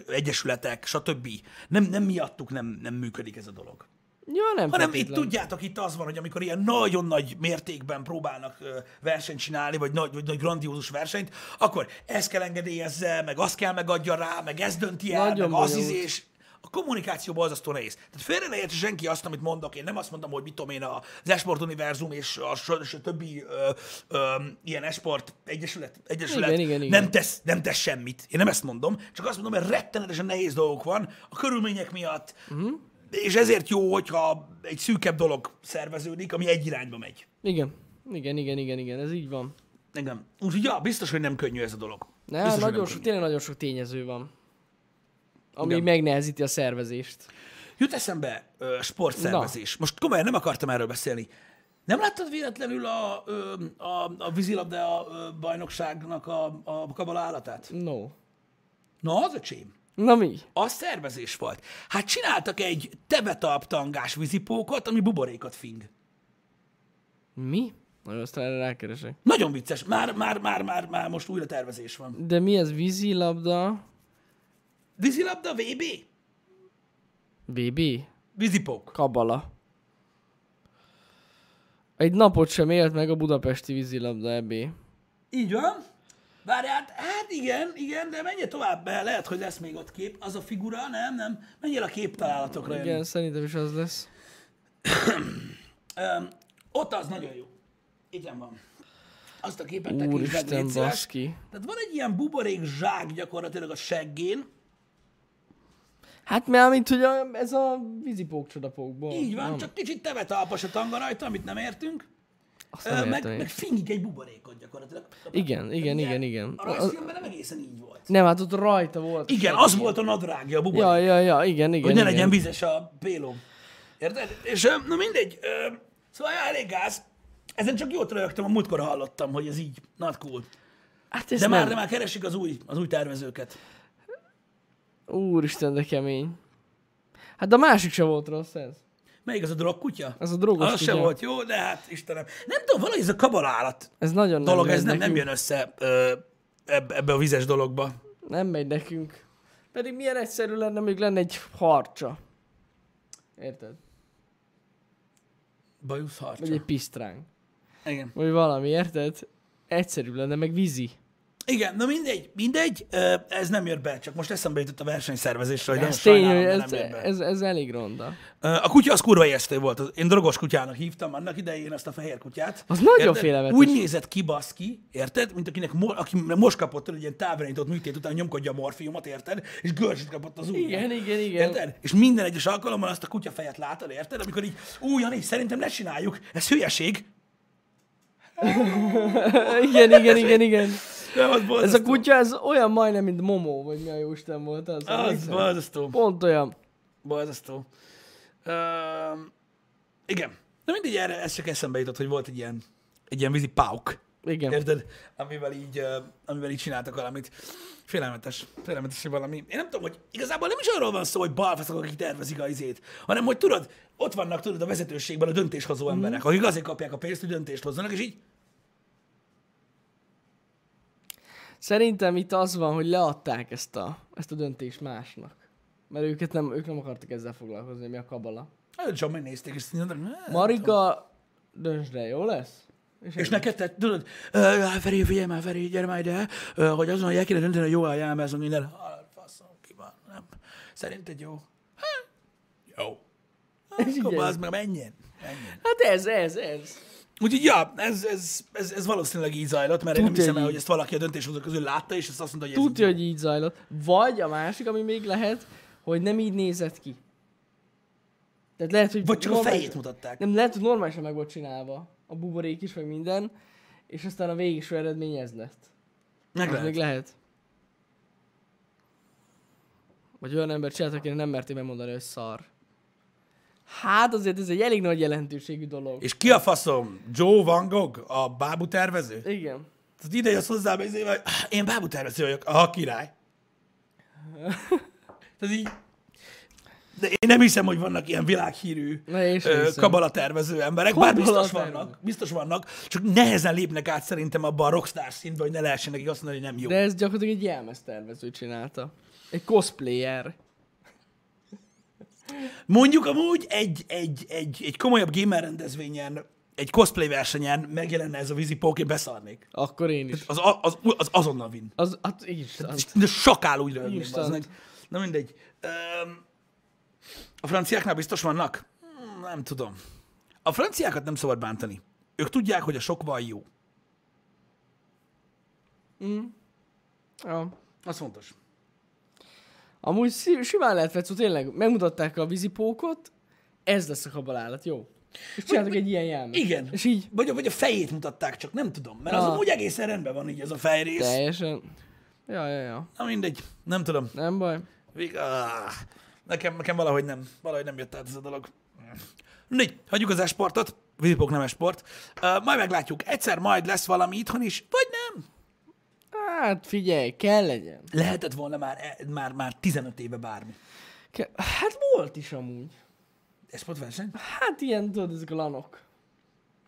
Speaker 2: egyesületek, stb. Nem, nem miattuk nem, nem működik ez a dolog.
Speaker 1: Ja, nem
Speaker 2: Hanem itt
Speaker 1: feltétlen.
Speaker 2: tudjátok, itt az van, hogy amikor ilyen nagyon nagy mértékben próbálnak ö, versenyt csinálni, vagy nagy, vagy nagy grandiózus versenyt, akkor ezt kell engedélyezze, meg azt kell megadja rá, meg ez dönti el,
Speaker 1: Nagyon
Speaker 2: meg az izé-
Speaker 1: bonyolult.
Speaker 2: izés. A kommunikáció borzasztó nehéz. Tehát félre ne értse senki azt, amit mondok. Én nem azt mondom, hogy mit tudom én, az esport univerzum és a, s- és a többi ö, ö, ilyen esport egyesület, egyesület
Speaker 1: Igen, igen, igen.
Speaker 2: nem tesz, nem tesz semmit. Én nem ezt mondom, csak azt mondom, mert rettenetesen nehéz dolgok van a körülmények miatt,
Speaker 1: Mhm.
Speaker 2: uh-huh. és ezért jó, hogyha egy szűkebb dolog szerveződik, ami egy irányba megy.
Speaker 1: Igen. Igen, igen, igen, igen, ez így van.
Speaker 2: Igen. Úgyhogy ja, biztos, hogy nem könnyű ez a dolog.
Speaker 1: Ne,
Speaker 2: biztos, hogy
Speaker 1: nagyon
Speaker 2: könnyű.
Speaker 1: sok, tényleg nagyon sok tényező van. Ami
Speaker 2: Igen.
Speaker 1: megnehezíti a szervezést.
Speaker 2: Jut eszembe ö, sportszervezés. Most komolyan nem akartam erről beszélni. Nem láttad véletlenül a, ö, a, a vízilabda ö, bajnokságnak a, a kabala állatát?
Speaker 1: No.
Speaker 2: Na, az a csém.
Speaker 1: Na mi?
Speaker 2: Az szervezés volt. Hát csináltak egy tebetalptangás vízipókot, ami buborékot fing.
Speaker 1: Mi? Na, aztán erre rákeresek.
Speaker 2: Nagyon vicces. Már, már, már, már, már most újra tervezés van.
Speaker 1: De mi ez? Vízilabda?
Speaker 2: Vízilabda VB?
Speaker 1: BB?
Speaker 2: Vízipók.
Speaker 1: Kabala. Egy napot sem élt meg a budapesti vízilabda EB.
Speaker 2: Így van. Várj, hát, hát igen, igen, de menjél tovább be, lehet, hogy lesz még ott kép. Az a figura, nem, nem. Menjél a képtalálatokra. Jani.
Speaker 1: Igen, szerintem is az lesz.
Speaker 2: Öm, ott az nagyon jó. Igen van. Azt a képet tekintsd meg,
Speaker 1: Úristen,
Speaker 2: légy szíves.
Speaker 1: baszki.
Speaker 2: Tehát van egy ilyen buborék zsák gyakorlatilag a seggén.
Speaker 1: Hát mert mint hogy a, ez a vízipók csodapókból.
Speaker 2: Így van, csak kicsit tevetalpas a tanga rajta, amit nem értünk.
Speaker 1: Azt
Speaker 2: Ö,
Speaker 1: nem
Speaker 2: meg,
Speaker 1: értem én.
Speaker 2: meg fingik egy buborékot gyakorlatilag.
Speaker 1: Igen, igen, igen, igen.
Speaker 2: A
Speaker 1: A- a-
Speaker 2: rajzfilmben nem egészen így volt.
Speaker 1: Nem, hát ott rajta volt.
Speaker 2: Igen, az volt a nadrágja a buborék.
Speaker 1: Ja, ja, ja, igen, igen.
Speaker 2: hogy ne
Speaker 1: igen.
Speaker 2: legyen vizes a pélóm. Érted? És ö, na mindegy, ö, szóval ja, elég gáz. Ezen csak jót rögtem, a múltkor hallottam, hogy ez így, not cool.
Speaker 1: Hát ez de
Speaker 2: De
Speaker 1: nem.
Speaker 2: már, de már keresik az új, az új tervezőket.
Speaker 1: Úristen, de kemény. Hát de a másik se volt rossz ez.
Speaker 2: Melyik az a drogkutya?
Speaker 1: Ez a drogos
Speaker 2: Az se
Speaker 1: kutya.
Speaker 2: volt jó, de hát Istenem. Nem tudom, valahogy ez a kabalállat
Speaker 1: Ez nagyon nem
Speaker 2: dolog,
Speaker 1: megy
Speaker 2: ez nem, nem
Speaker 1: nekünk.
Speaker 2: jön össze ö, eb- ebbe a vizes dologba.
Speaker 1: Nem megy nekünk. Pedig milyen egyszerű lenne, még lenne egy harcsa. Érted?
Speaker 2: Bajusz
Speaker 1: Vagy
Speaker 2: harcsa.
Speaker 1: egy pisztránk.
Speaker 2: Igen.
Speaker 1: Vagy valami, érted? Egyszerű lenne, meg vízi.
Speaker 2: Igen, na mindegy, mindegy, ö, ez nem jött be, csak most eszembe jutott a versenyszervezésre, hogy
Speaker 1: Ez
Speaker 2: ez
Speaker 1: tény,
Speaker 2: nagyon
Speaker 1: hogy ez,
Speaker 2: sajnálom, ez, nem jött be.
Speaker 1: ez, ez elég ronda.
Speaker 2: Ö, A kutya az kurva ijesztő volt. Az- Én drogos kutyának hívtam annak idején azt a fehér kutyát.
Speaker 1: Az nagyon
Speaker 2: Érted?
Speaker 1: félelmetes.
Speaker 2: Úgy nézett ki, baszki, érted? Mint akinek mo- aki most kapott el egy ilyen távirányított műtét után nyomkodja a morfiumot, érted? És görcsit kapott az ujján.
Speaker 1: Igen, igen, igen.
Speaker 2: Érted? És minden egyes alkalommal azt a kutya fejet látod, érted? Amikor így, új, Jani, szerintem ne csináljuk, ez hülyeség.
Speaker 1: igen, igen, igen, igen.
Speaker 2: Nem, az
Speaker 1: Ez a
Speaker 2: borzasztó.
Speaker 1: kutya, ez olyan majdnem, mint Momo, vagy mi a jóisten volt az.
Speaker 2: Az
Speaker 1: emlékszel?
Speaker 2: borzasztó.
Speaker 1: Pont olyan.
Speaker 2: Borzasztó. Öm, igen. Na mindig erre, ez csak eszembe jutott, hogy volt egy ilyen, egy ilyen vízi pauk.
Speaker 1: Igen.
Speaker 2: Érted? Amivel így, ö, amivel így csináltak valamit. Félelmetes. Félelmetes, hogy valami. Én nem tudom, hogy igazából nem is arról van szó, hogy balfaszok, akik tervezik a izét, hanem hogy tudod, ott vannak tudod a vezetőségben a döntéshozó emberek, akik azért kapják a pénzt, hogy döntést hozzanak, és így
Speaker 1: Szerintem itt az van, hogy leadták ezt a, ezt a döntést másnak. Mert őket nem, ők nem akartak ezzel foglalkozni, mi a kabala.
Speaker 2: nagyon csak nézték, hát, és így mondtam, "Ne,
Speaker 1: Marika, döntsd el, jó lesz?
Speaker 2: És neked, tehát, tudod, "Ö, hát Feri, figyelj már, Feri, gyere már ide, ö, hogy azon, hogy el kéne dönteni, hogy jó álljál, ez minden. "Hát, Faszom, ki van, nem. Szerinted jó? Hát, Jó.
Speaker 1: És így
Speaker 2: Akkor
Speaker 1: ez.
Speaker 2: bazd meg, menjen. menjen.
Speaker 1: Hát ez, ez, ez.
Speaker 2: Úgyhogy, ja, ez, ez, ez, ez valószínűleg így zajlott, mert én nem
Speaker 1: Tudja,
Speaker 2: hiszem el,
Speaker 1: így.
Speaker 2: hogy ezt valaki a döntéshozók közül látta, és ezt azt mondta, hogy ez
Speaker 1: Tudja,
Speaker 2: így.
Speaker 1: hogy így zajlott. Vagy a másik, ami még lehet, hogy nem így nézett ki. Tehát lehet, hogy...
Speaker 2: Vagy csak a
Speaker 1: normális-
Speaker 2: fejét mutatták.
Speaker 1: Nem, lehet, hogy normálisan meg volt csinálva. A buborék is, meg minden. És aztán a végső eredmény ez lett.
Speaker 2: Meg
Speaker 1: Az
Speaker 2: lehet.
Speaker 1: még lehet. Vagy olyan ember csinált, akinek nem merték megmondani, hogy szar. Hát azért ez egy elég nagy jelentőségű dolog.
Speaker 2: És ki a faszom? Joe Van Gogh, a bábú tervező?
Speaker 1: Igen.
Speaker 2: Tehát ide jössz hozzám, és hogy "Ah, én bábú tervező vagyok, a király. Tehát így... De én nem hiszem, hogy vannak ilyen világhírű
Speaker 1: Na, én sem
Speaker 2: ö,
Speaker 1: hiszem.
Speaker 2: kabala tervező emberek, bár biztos
Speaker 1: Kabala
Speaker 2: vannak,
Speaker 1: tervező.
Speaker 2: biztos vannak, csak nehezen lépnek át szerintem abba a rockstar szintbe, hogy ne lehessen nekik azt mondani, hogy nem jó.
Speaker 1: De ez gyakorlatilag egy jelmeztervező csinálta. Egy cosplayer.
Speaker 2: Mondjuk amúgy egy, egy, egy, egy komolyabb gamer rendezvényen, egy cosplay versenyen megjelenne ez a vízipók, én beszarnék.
Speaker 1: Akkor én is.
Speaker 2: Az, a- az, az azonnal win.
Speaker 1: Az, hát is.
Speaker 2: És De sakál úgy röhögném,
Speaker 1: Instant.
Speaker 2: az meg. Na mindegy. Öm, a franciáknál biztos vannak? Hmm, Nem tudom. A franciákat nem szabad bántani. Ők tudják, hogy a sok van jó.
Speaker 1: Ja.
Speaker 2: Az fontos.
Speaker 1: Amúgy szí- simán lehet fecó, tényleg. Megmutatták a vízipókot, ez lesz a kabalálat, jó. És csináltak egy ilyen jelmet.
Speaker 2: Igen.
Speaker 1: És így
Speaker 2: Vagy, vagy a fejét mutatták, csak nem tudom. Mert az
Speaker 1: Ah.
Speaker 2: amúgy egészen rendben van így ez a fejrész.
Speaker 1: teljesen. Ja, ja, ja.
Speaker 2: Na mindegy. Nem tudom.
Speaker 1: Nem baj.
Speaker 2: Vég... Ah, nekem, nekem valahogy nem. Valahogy nem jött át ez a dolog. Négy, hagyjuk az esportot. Vipok nemes sport. Ö, majd meglátjuk. Egyszer majd lesz valami itthon is, vagy nem.
Speaker 1: Hát figyelj, kell legyen.
Speaker 2: Lehetett volna már, e- már, már 15 éve bármi.
Speaker 1: Ke- hát volt is amúgy.
Speaker 2: Ez sportverseny?
Speaker 1: Hát ilyen, tudod, ezek a lanok.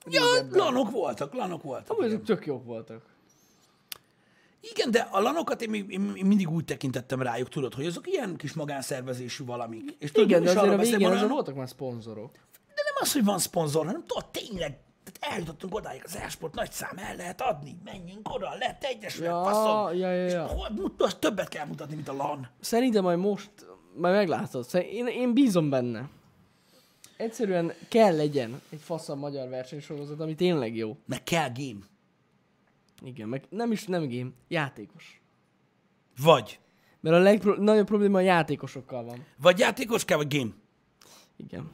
Speaker 2: Ja, lanok voltak, lanok voltak.
Speaker 1: Amúgy ezek tök jók voltak.
Speaker 2: Igen, de a lanokat én, még- én, én mindig úgy tekintettem rájuk, tudod, hogy azok ilyen kis magánszervezésű valamik. És tudod,
Speaker 1: Igen,
Speaker 2: nem
Speaker 1: de azért
Speaker 2: is arról
Speaker 1: a
Speaker 2: beszélek,
Speaker 1: végén
Speaker 2: van
Speaker 1: azért
Speaker 2: olyan-
Speaker 1: voltak már szponzorok.
Speaker 2: De nem az, hogy van szponzor, hanem tudod, tényleg, tehát eljutottunk odáig, az e-sport nagy szám el lehet adni, menjünk oda, lehet egyesület,
Speaker 1: Ja,
Speaker 2: faszom.
Speaker 1: ja, ja,
Speaker 2: És
Speaker 1: ja.
Speaker 2: hol- mut- az többet kell mutatni, mint a LAN.
Speaker 1: Szerintem majd most, majd meglátod. Szerint- Én, én bízom benne. Egyszerűen kell legyen egy faszabb magyar versenysorozat, ami tényleg jó.
Speaker 2: Meg kell game.
Speaker 1: Igen, meg nem is nem game, játékos.
Speaker 2: Vagy.
Speaker 1: Mert a legnagyobb probléma a játékosokkal van.
Speaker 2: Vagy játékos kell, vagy game.
Speaker 1: Igen.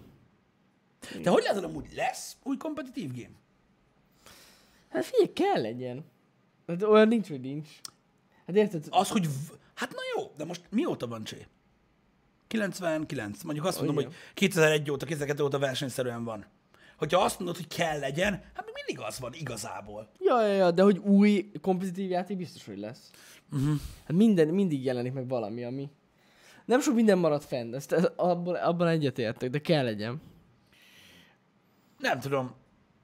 Speaker 2: De hogy látod, amúgy lesz új kompetitív game?
Speaker 1: Hát figyelj, kell legyen. Hát olyan nincs, hogy nincs. Hát érted?
Speaker 2: Az, hogy... v- Hát na jó, de most mióta van Csé? 99. Mondjuk azt mondom,
Speaker 1: igen.
Speaker 2: hogy 2001 óta, 2002 óta versenyszerűen van. Hogyha azt mondod, hogy kell legyen, hát még mindig az van igazából.
Speaker 1: Ja, ja, ja, de hogy új kompetitív játék biztos, hogy lesz. Uh-huh. Hát minden, mindig jelenik meg valami, ami... Nem sok minden marad fenn, ezt, ezt abban, abban egyetértek, de kell legyen.
Speaker 2: Nem tudom.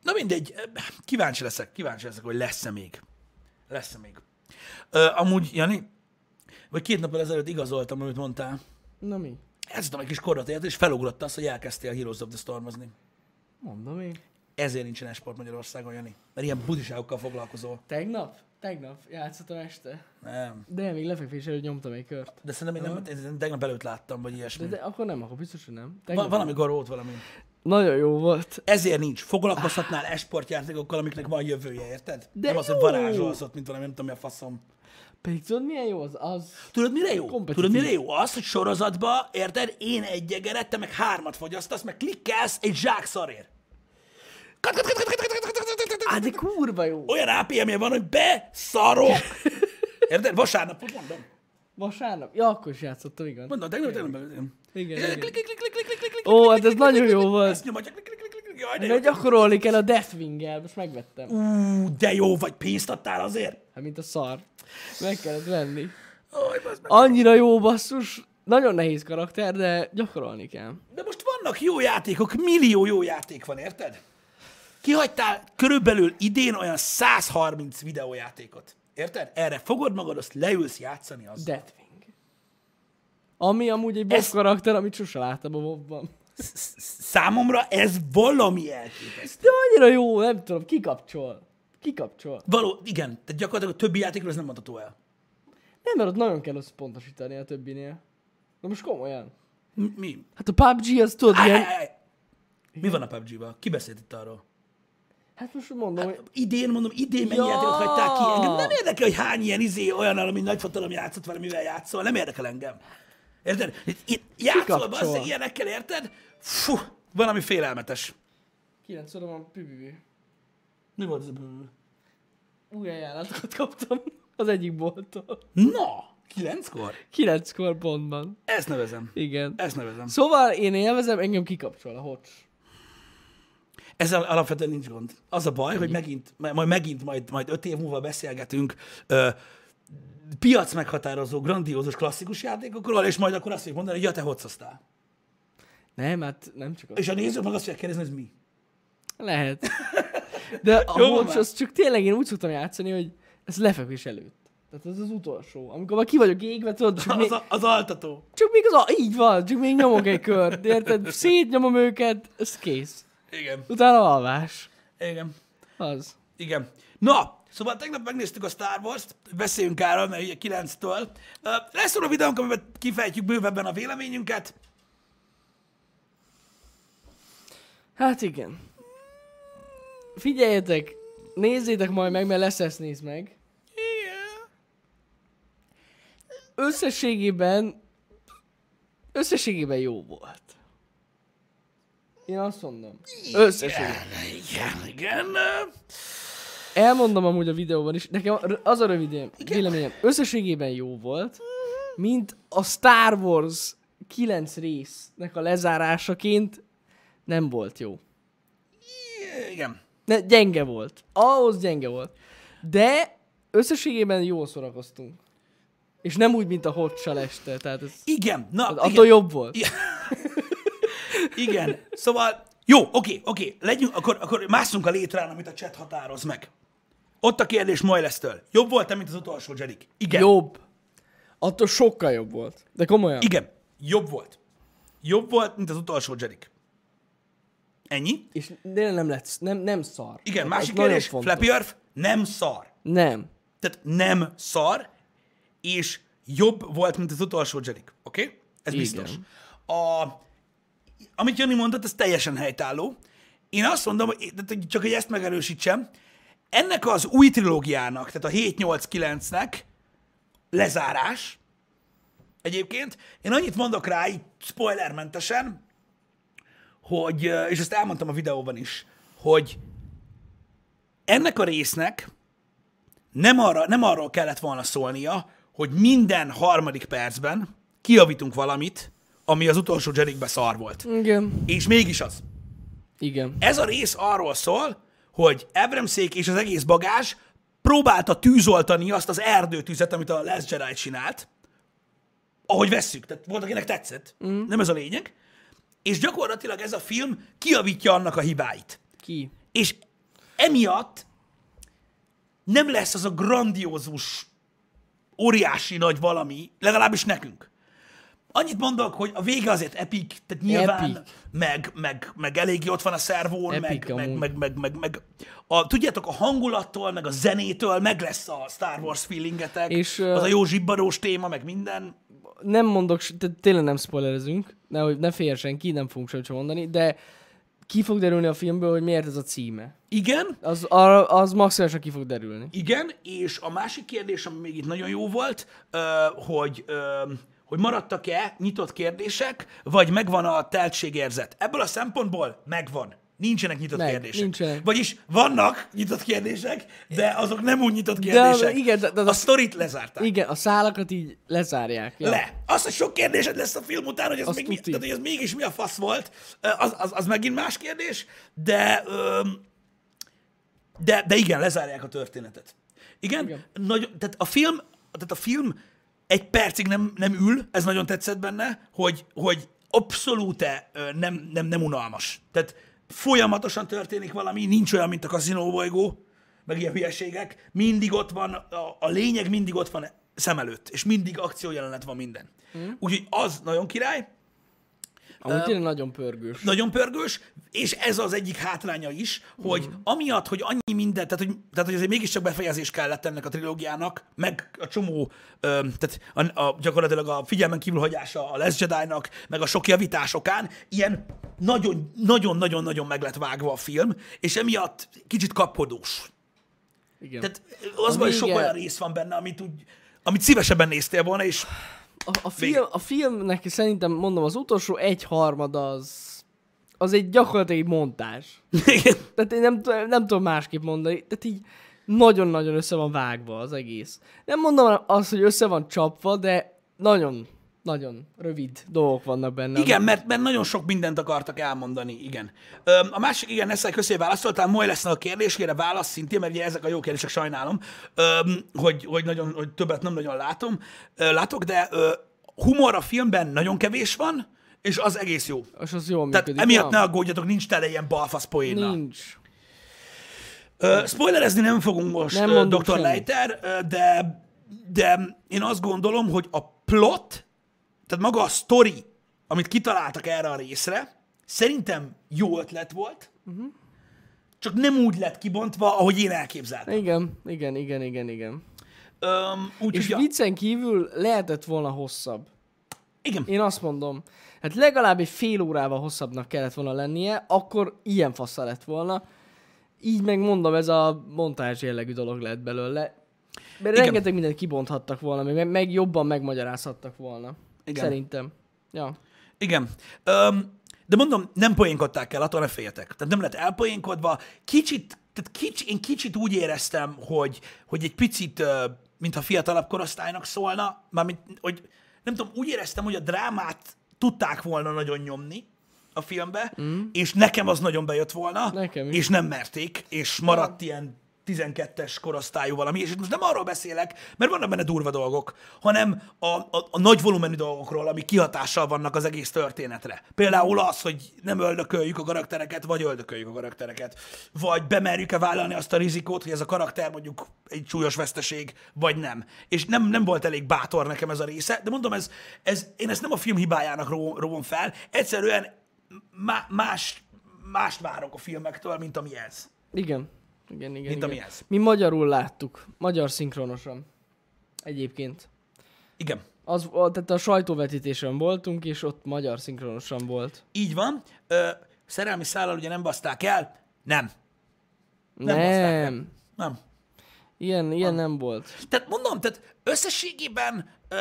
Speaker 2: Na mindegy, eh, kíváncsi leszek, kíváncsi leszek, hogy lesz-e még. Lesz-e még. Ö, amúgy, Jani, vagy két nappal ezelőtt igazoltam, amit mondtál.
Speaker 1: Na mi?
Speaker 2: Ez egy kis korrat ért, és felugrott az, hogy elkezdtél Heroes of the Stormozni.
Speaker 1: Mondom én.
Speaker 2: Ezért nincsen esport Magyarországon, Jani. Mert ilyen budiságokkal foglalkozol.
Speaker 1: Tegnap? Tegnap játszottam este.
Speaker 2: Nem.
Speaker 1: De még lefekvés előtt nyomtam egy kört.
Speaker 2: De szerintem én nem, én- én tegnap előtt láttam, vagy ilyesmi.
Speaker 1: De, de akkor nem, akkor biztos, hogy nem.
Speaker 2: Va-
Speaker 1: Tegnap.
Speaker 2: valamikor volt valami.
Speaker 1: Nagyon jó volt.
Speaker 2: Ezért nincs. Foglalkozhatnál esportjátékokkal, amiknek van jövője, érted?
Speaker 1: Ah. De
Speaker 2: nem az, hogy
Speaker 1: jó!
Speaker 2: varázsolsz ott, mint valami, nem tudom, mi a faszom.
Speaker 1: Pedig tudod milyen jó az? Az...
Speaker 2: Tudod, mire jó?
Speaker 1: Kompetitív.
Speaker 2: Tudod, mire jó? Az, hogy sorozatba, érted, én egy egeret, te meg hármat fogyasztasz, meg klikkelsz egy zsák szarért. Kat, kat, kat, kat, kat, kat, kat, kat, kat, kat.
Speaker 1: Á, de kurva jó.
Speaker 2: Olyan apm van, hogy beszarok. Érted? Vasárnap, mondom.
Speaker 1: Vasárnap? Ja, akkor is játszottam, igen.
Speaker 2: Mondom, tegnap, tegnap. Igen,
Speaker 1: Igen,
Speaker 2: Klik,
Speaker 1: igen.
Speaker 2: klik, klik, klik, klik, klik, klik,
Speaker 1: Ó,
Speaker 2: klik,
Speaker 1: hát ez
Speaker 2: klik,
Speaker 1: nagyon
Speaker 2: klik,
Speaker 1: jó
Speaker 2: klik,
Speaker 1: volt.
Speaker 2: Ezt nyomhatja, klik, klik, klik, klik, jaj, de jó.
Speaker 1: Mert gyakorolni kell a Deathwing-el, most megvettem.
Speaker 2: Ú, de jó vagy, pénzt adtál azért.
Speaker 1: Hát mint a szar. Meg kellett venni.
Speaker 2: Aj, bazd meg.
Speaker 1: Annyira jó basszus. Nagyon nehéz karakter, de gyakorolni kell.
Speaker 2: De most vannak jó játékok, millió jó játék van, érted? Kihagytál körülbelül idén olyan 130 videójátékot. Érted? Erre fogod magad, azt leülsz játszani az.
Speaker 1: Deathwing. Ami amúgy egy boss
Speaker 2: Ez-
Speaker 1: karakter, amit sose láttam a mobban.
Speaker 2: Számomra ez valami elképesztő.
Speaker 1: De annyira jó, nem tudom, kikapcsol. Kikapcsol.
Speaker 2: Való, igen, tehát gyakorlatilag a többi játékról ez nem mondható el.
Speaker 1: Nem, mert ott nagyon kell összpontosítani a többinél. Na most komolyan.
Speaker 2: M- Mi?
Speaker 1: Hát a PUBG az tudod
Speaker 2: Áj,
Speaker 1: ilyen...
Speaker 2: áj, áj. Mi van a PUBG-val? Ki beszélt itt arról?
Speaker 1: Hát most mondom, hogy...
Speaker 2: Idén, mondom, idén mennyi
Speaker 1: Ja.
Speaker 2: játékot hagytál ki? Engem nem érdekel, hogy hány ilyen izé olyan, ami nagy fotalom játszott vele, mivel játszol. Nem érdekel engem. Érted? Itt- Itt játszol
Speaker 1: Kikapcsol.
Speaker 2: bazzeg ilyenekkel, érted? Fú, valami félelmetes.
Speaker 1: 9 óra van, pübübű.
Speaker 2: Mi volt ez a
Speaker 1: Új ajánlatokat kaptam az egyik bolttól.
Speaker 2: Na, kilenckor?
Speaker 1: 9-kor pontban.
Speaker 2: Ezt nevezem.
Speaker 1: Igen.
Speaker 2: Ezt nevezem.
Speaker 1: Szóval én élvezem, engem kikapcsol a hocs.
Speaker 2: Ezzel alapvetően nincs gond. Az a baj, hogy megint, majd megint, majd, majd öt év múlva beszélgetünk ö, piac meghatározó, grandiózus klasszikus játékokról, és majd akkor azt fogjuk mondani, hogy ja, te hocasztál.
Speaker 1: Nem, hát nem csak az.
Speaker 2: És a nézők meg azt fogják kérdezni, hogy ez mi.
Speaker 1: Lehet. De a
Speaker 2: Jó
Speaker 1: Jó,
Speaker 2: van
Speaker 1: hocs
Speaker 2: már.
Speaker 1: az csak tényleg én úgy szoktam játszani, hogy ez lefekvés előtt. Tehát ez az utolsó. Amikor már ki vagyok égve, tudod, csak, még,
Speaker 2: Az, a, az altató.
Speaker 1: csak még az a... Így van, csak még nyomok egy kört, érted? Szétnyomom őket, ez kész.
Speaker 2: Igen.
Speaker 1: Utána alvás.
Speaker 2: Igen.
Speaker 1: Az.
Speaker 2: Igen. Na, szóval tegnap megnéztük a Star Wars-t, beszéljünk erről, mert ugye 9-től. Ö, Lesz olyan videónk, amiben kifejtjük bővebben a véleményünket.
Speaker 1: Hát igen. Figyeljetek, nézzétek majd meg, mert lesz ezt néz meg.
Speaker 2: Igen.
Speaker 1: összességében összességében jó volt. Én azt mondom. Összességében.
Speaker 2: Igen, igen. Ö,
Speaker 1: Elmondom amúgy a videóban is. Nekem r- az a rövid véleményem. Összességében jó volt, mint a Star Wars 9 résznek a lezárásaként nem volt jó.
Speaker 2: Igen.
Speaker 1: Ne, gyenge volt. Ahhoz gyenge volt. De összességében jól szórakoztunk. És nem úgy, mint a hotsal este. Tehát ez,
Speaker 2: Igen. Na,
Speaker 1: az
Speaker 2: igen.
Speaker 1: attól jobb volt.
Speaker 2: I- Igen. Szóval, jó, oké, oké, legyünk, akkor, akkor mászunk a létrán, amit a chat határoz meg. Ott a kérdés Moilesztől. Jobb volt-e, mint az utolsó Jedik? Igen.
Speaker 1: Jobb. Attól sokkal jobb volt. De komolyan.
Speaker 2: Igen. Jobb volt. Jobb volt, mint az utolsó Jedik. Ennyi?
Speaker 1: És tényleg nem lett, nem, nem szar.
Speaker 2: Igen,
Speaker 1: Ez-
Speaker 2: másik
Speaker 1: ez nagyon
Speaker 2: kérdés,
Speaker 1: fontos.
Speaker 2: Flappy Earth nem szar.
Speaker 1: Nem.
Speaker 2: Tehát nem szar, és jobb volt, mint az utolsó Jedik. Oké? Okay? Ez
Speaker 1: Igen.
Speaker 2: biztos. A, amit Jani mondott, ez teljesen helytálló. Én azt mondom, hogy, de csak hogy ezt megerősítsem, ennek az új trilógiának, tehát a 7-8-9-nek lezárás, egyébként, én annyit mondok rá, így spoilermentesen, hogy, és ezt elmondtam a videóban is, hogy ennek a résznek nem, arra, nem arról kellett volna szólnia, hogy minden harmadik percben kiavítunk valamit, ami az utolsó Jerikbe szar volt.
Speaker 1: Igen.
Speaker 2: És mégis az.
Speaker 1: Igen.
Speaker 2: Ez a rész arról szól, hogy Ebremszék és az egész bagás próbálta tűzoltani azt az erdőtüzet, amit a Last Jedi csinált, ahogy vesszük. Tehát volt, akinek tetszett. Mm. Nem ez a lényeg. És gyakorlatilag ez a film kiavítja annak a hibáit.
Speaker 1: Ki?
Speaker 2: És emiatt nem lesz az a grandiózus, óriási nagy valami, legalábbis nekünk. Annyit mondok, hogy a vége azért epic, tehát nyilván,
Speaker 1: Epic.
Speaker 2: Meg, meg, meg eléggé ott van a szervón,
Speaker 1: Epic
Speaker 2: meg, meg,
Speaker 1: amúgy.
Speaker 2: meg, meg, meg, meg a, tudjátok, a hangulattól, meg a zenétől meg lesz a Star Wars feelingetek,
Speaker 1: És, ö,
Speaker 2: az a jó zsibbarós téma, meg minden.
Speaker 1: nem mondok, s- tehát tényleg nem spoilerezünk, nehogy ne féljen senki, nem fogunk semmit sem mondani, de ki fog derülni a filmből, hogy miért ez a címe.
Speaker 2: Igen,
Speaker 1: Az, arra, az maximálisan ki fog derülni.
Speaker 2: Igen, és a másik kérdés, ami még itt nagyon jó volt, ö, hogy, ö, hogy maradtak-e nyitott kérdések, vagy megvan a teltségérzet. Ebből a szempontból megvan. Nincsenek nyitott
Speaker 1: Meg,
Speaker 2: kérdések.
Speaker 1: nincsenek.
Speaker 2: Vagyis vannak nyitott kérdések, de azok nem úgy nyitott
Speaker 1: de
Speaker 2: kérdések.
Speaker 1: igen, de- de-
Speaker 2: a sztorit lezárták.
Speaker 1: Igen, a szálakat így lezárják. Ja.
Speaker 2: Le. Az, hogy sok kérdésed lesz a film után, hogy ez,
Speaker 1: Azt
Speaker 2: még, mi,
Speaker 1: tuti.
Speaker 2: tehát, hogy ez mégis mi a fasz volt, az, az, az megint más kérdés, de, öm, de, de igen, lezárják a történetet. Igen, igen.
Speaker 1: Igen.
Speaker 2: Nagy, tehát a film, tehát a film egy percig nem, nem ül, ez nagyon tetszett benne, hogy, hogy abszolút nem, nem, nem unalmas. Tehát folyamatosan történik valami, nincs olyan, mint a kaszinóbolygó, meg ilyen hülyeségek, mindig ott van, a, a lényeg mindig ott van szem előtt, és mindig akciójelenet van minden.
Speaker 1: Hmm.
Speaker 2: Mm. Úgyhogy az nagyon király,
Speaker 1: Amúgy tényleg nagyon pörgős.
Speaker 2: nagyon pörgős, és ez az egyik hátránya is, hogy amiatt, hogy annyi minden, tehát hogy, tehát, hogy azért mégiscsak befejezés kellett ennek a trilógiának, meg a csomó, öm, tehát a, a, gyakorlatilag a figyelmen kívülhagyása a Last Jedi-nak, meg a sok javítás okán, ilyen nagyon- nagyon-nagyon-nagyon meg lett vágva a film, és emiatt kicsit kapkodós.
Speaker 1: Igen.
Speaker 2: Tehát az baj, hogy sok
Speaker 1: vége-
Speaker 2: olyan rész van benne, amit úgy, amit szívesebben néztél volna, és
Speaker 1: A, a, film, a filmnek szerintem, mondom, az utolsó egyharmad az, az egy gyakorlatilag egy montás.
Speaker 2: igen,
Speaker 1: Tehát én nem, t- nem tudom másképp mondani. Tehát így nagyon-nagyon össze van vágva az egész. Nem mondom azt, hogy össze van csapva, de nagyon, nagyon rövid dolgok vannak benne.
Speaker 2: Igen, mert, mert nagyon sok mindent akartak elmondani, igen. Öm, A másik, igen, Nessai, köszi, hogy válaszoltál, majd lesz a kérdésére válasz szintén, mert ugye ezek a jó kérdések, sajnálom, öm, hogy, hogy, nagyon, hogy többet nem nagyon látom, ö, látok, de ö, humor a filmben nagyon kevés van, és az egész jó.
Speaker 1: És az jól
Speaker 2: Tehát
Speaker 1: működik.
Speaker 2: emiatt
Speaker 1: nem?
Speaker 2: ne aggódjatok, nincs tele ilyen balfasz poénnal.
Speaker 1: Nincs.
Speaker 2: Ö, spoilerezni nem fogunk most,
Speaker 1: Nem
Speaker 2: nem
Speaker 1: mondunk
Speaker 2: Dr.
Speaker 1: semmit.
Speaker 2: Leiter, ö, de, de én azt gondolom, hogy a plot, tehát maga a story, amit kitaláltak erre a részre, szerintem jó ötlet volt, uh-huh.
Speaker 1: Mhm.
Speaker 2: csak nem úgy lett kibontva, ahogy én elképzeltem.
Speaker 1: Igen, igen, igen, igen, igen.
Speaker 2: Öm, úgy,
Speaker 1: És
Speaker 2: ja,
Speaker 1: viccen kívül lehetett volna hosszabb.
Speaker 2: igen,
Speaker 1: Én azt mondom, hát legalább egy fél órával hosszabbnak kellett volna lennie, akkor ilyen fassa lett volna. Így megmondom, ez a montázs jellegű dolog lett belőle. Mert
Speaker 2: Igen.
Speaker 1: Igen. rengeteg mindent kibonthattak volna, meg, meg jobban megmagyarázhattak volna.
Speaker 2: Igen.
Speaker 1: Igen. Szerintem. Ja.
Speaker 2: igen. Öm, de mondom, nem poénkodták el, attól ne féljetek. Tehát nem lett elpoénkodva. Kicsit, tehát kics, én kicsit úgy éreztem, hogy, hogy egy picit, ö, mintha fiatalabb korosztálynak szólna, mármint, hogy nem tudom, úgy éreztem, hogy a drámát tudták volna nagyon nyomni, a filmbe, mm. és nekem az nagyon bejött volna,
Speaker 1: Nekem is.
Speaker 2: és nem merték, és maradt ilyen 12-es korosztályú valami, és itt most nem arról beszélek, mert vannak benne durva dolgok, hanem a, a, a nagy volumenű dolgokról, ami kihatással vannak az egész történetre. Például az, hogy nem öldököljük a karaktereket, vagy öldököljük a karaktereket, vagy bemerjük-e vállalni azt a rizikót, hogy ez a karakter mondjuk egy súlyos veszteség, vagy nem. És nem, nem volt elég bátor nekem ez a része, de mondom, ez, ez én ezt nem a film hibájának ró- róvom fel, egyszerűen má, más, mást várok a filmektől, mint ami ez.
Speaker 1: Igen. Igen, igen,
Speaker 2: Mint
Speaker 1: igen.
Speaker 2: ami ez.
Speaker 1: Mi magyarul láttuk. Magyar szinkronosan. Egyébként.
Speaker 2: Igen.
Speaker 1: Az, a- tehát a sajtóvetítésen voltunk, és ott magyar szinkronosan volt.
Speaker 2: Így van. Ö, szerelmi szállal ugye nem baszták el? Nem.
Speaker 1: Nem. Ah.
Speaker 2: baszták el. Nem.
Speaker 1: Ilyen, ilyen nem volt.
Speaker 2: Tehát mondom, tehát összességében ö,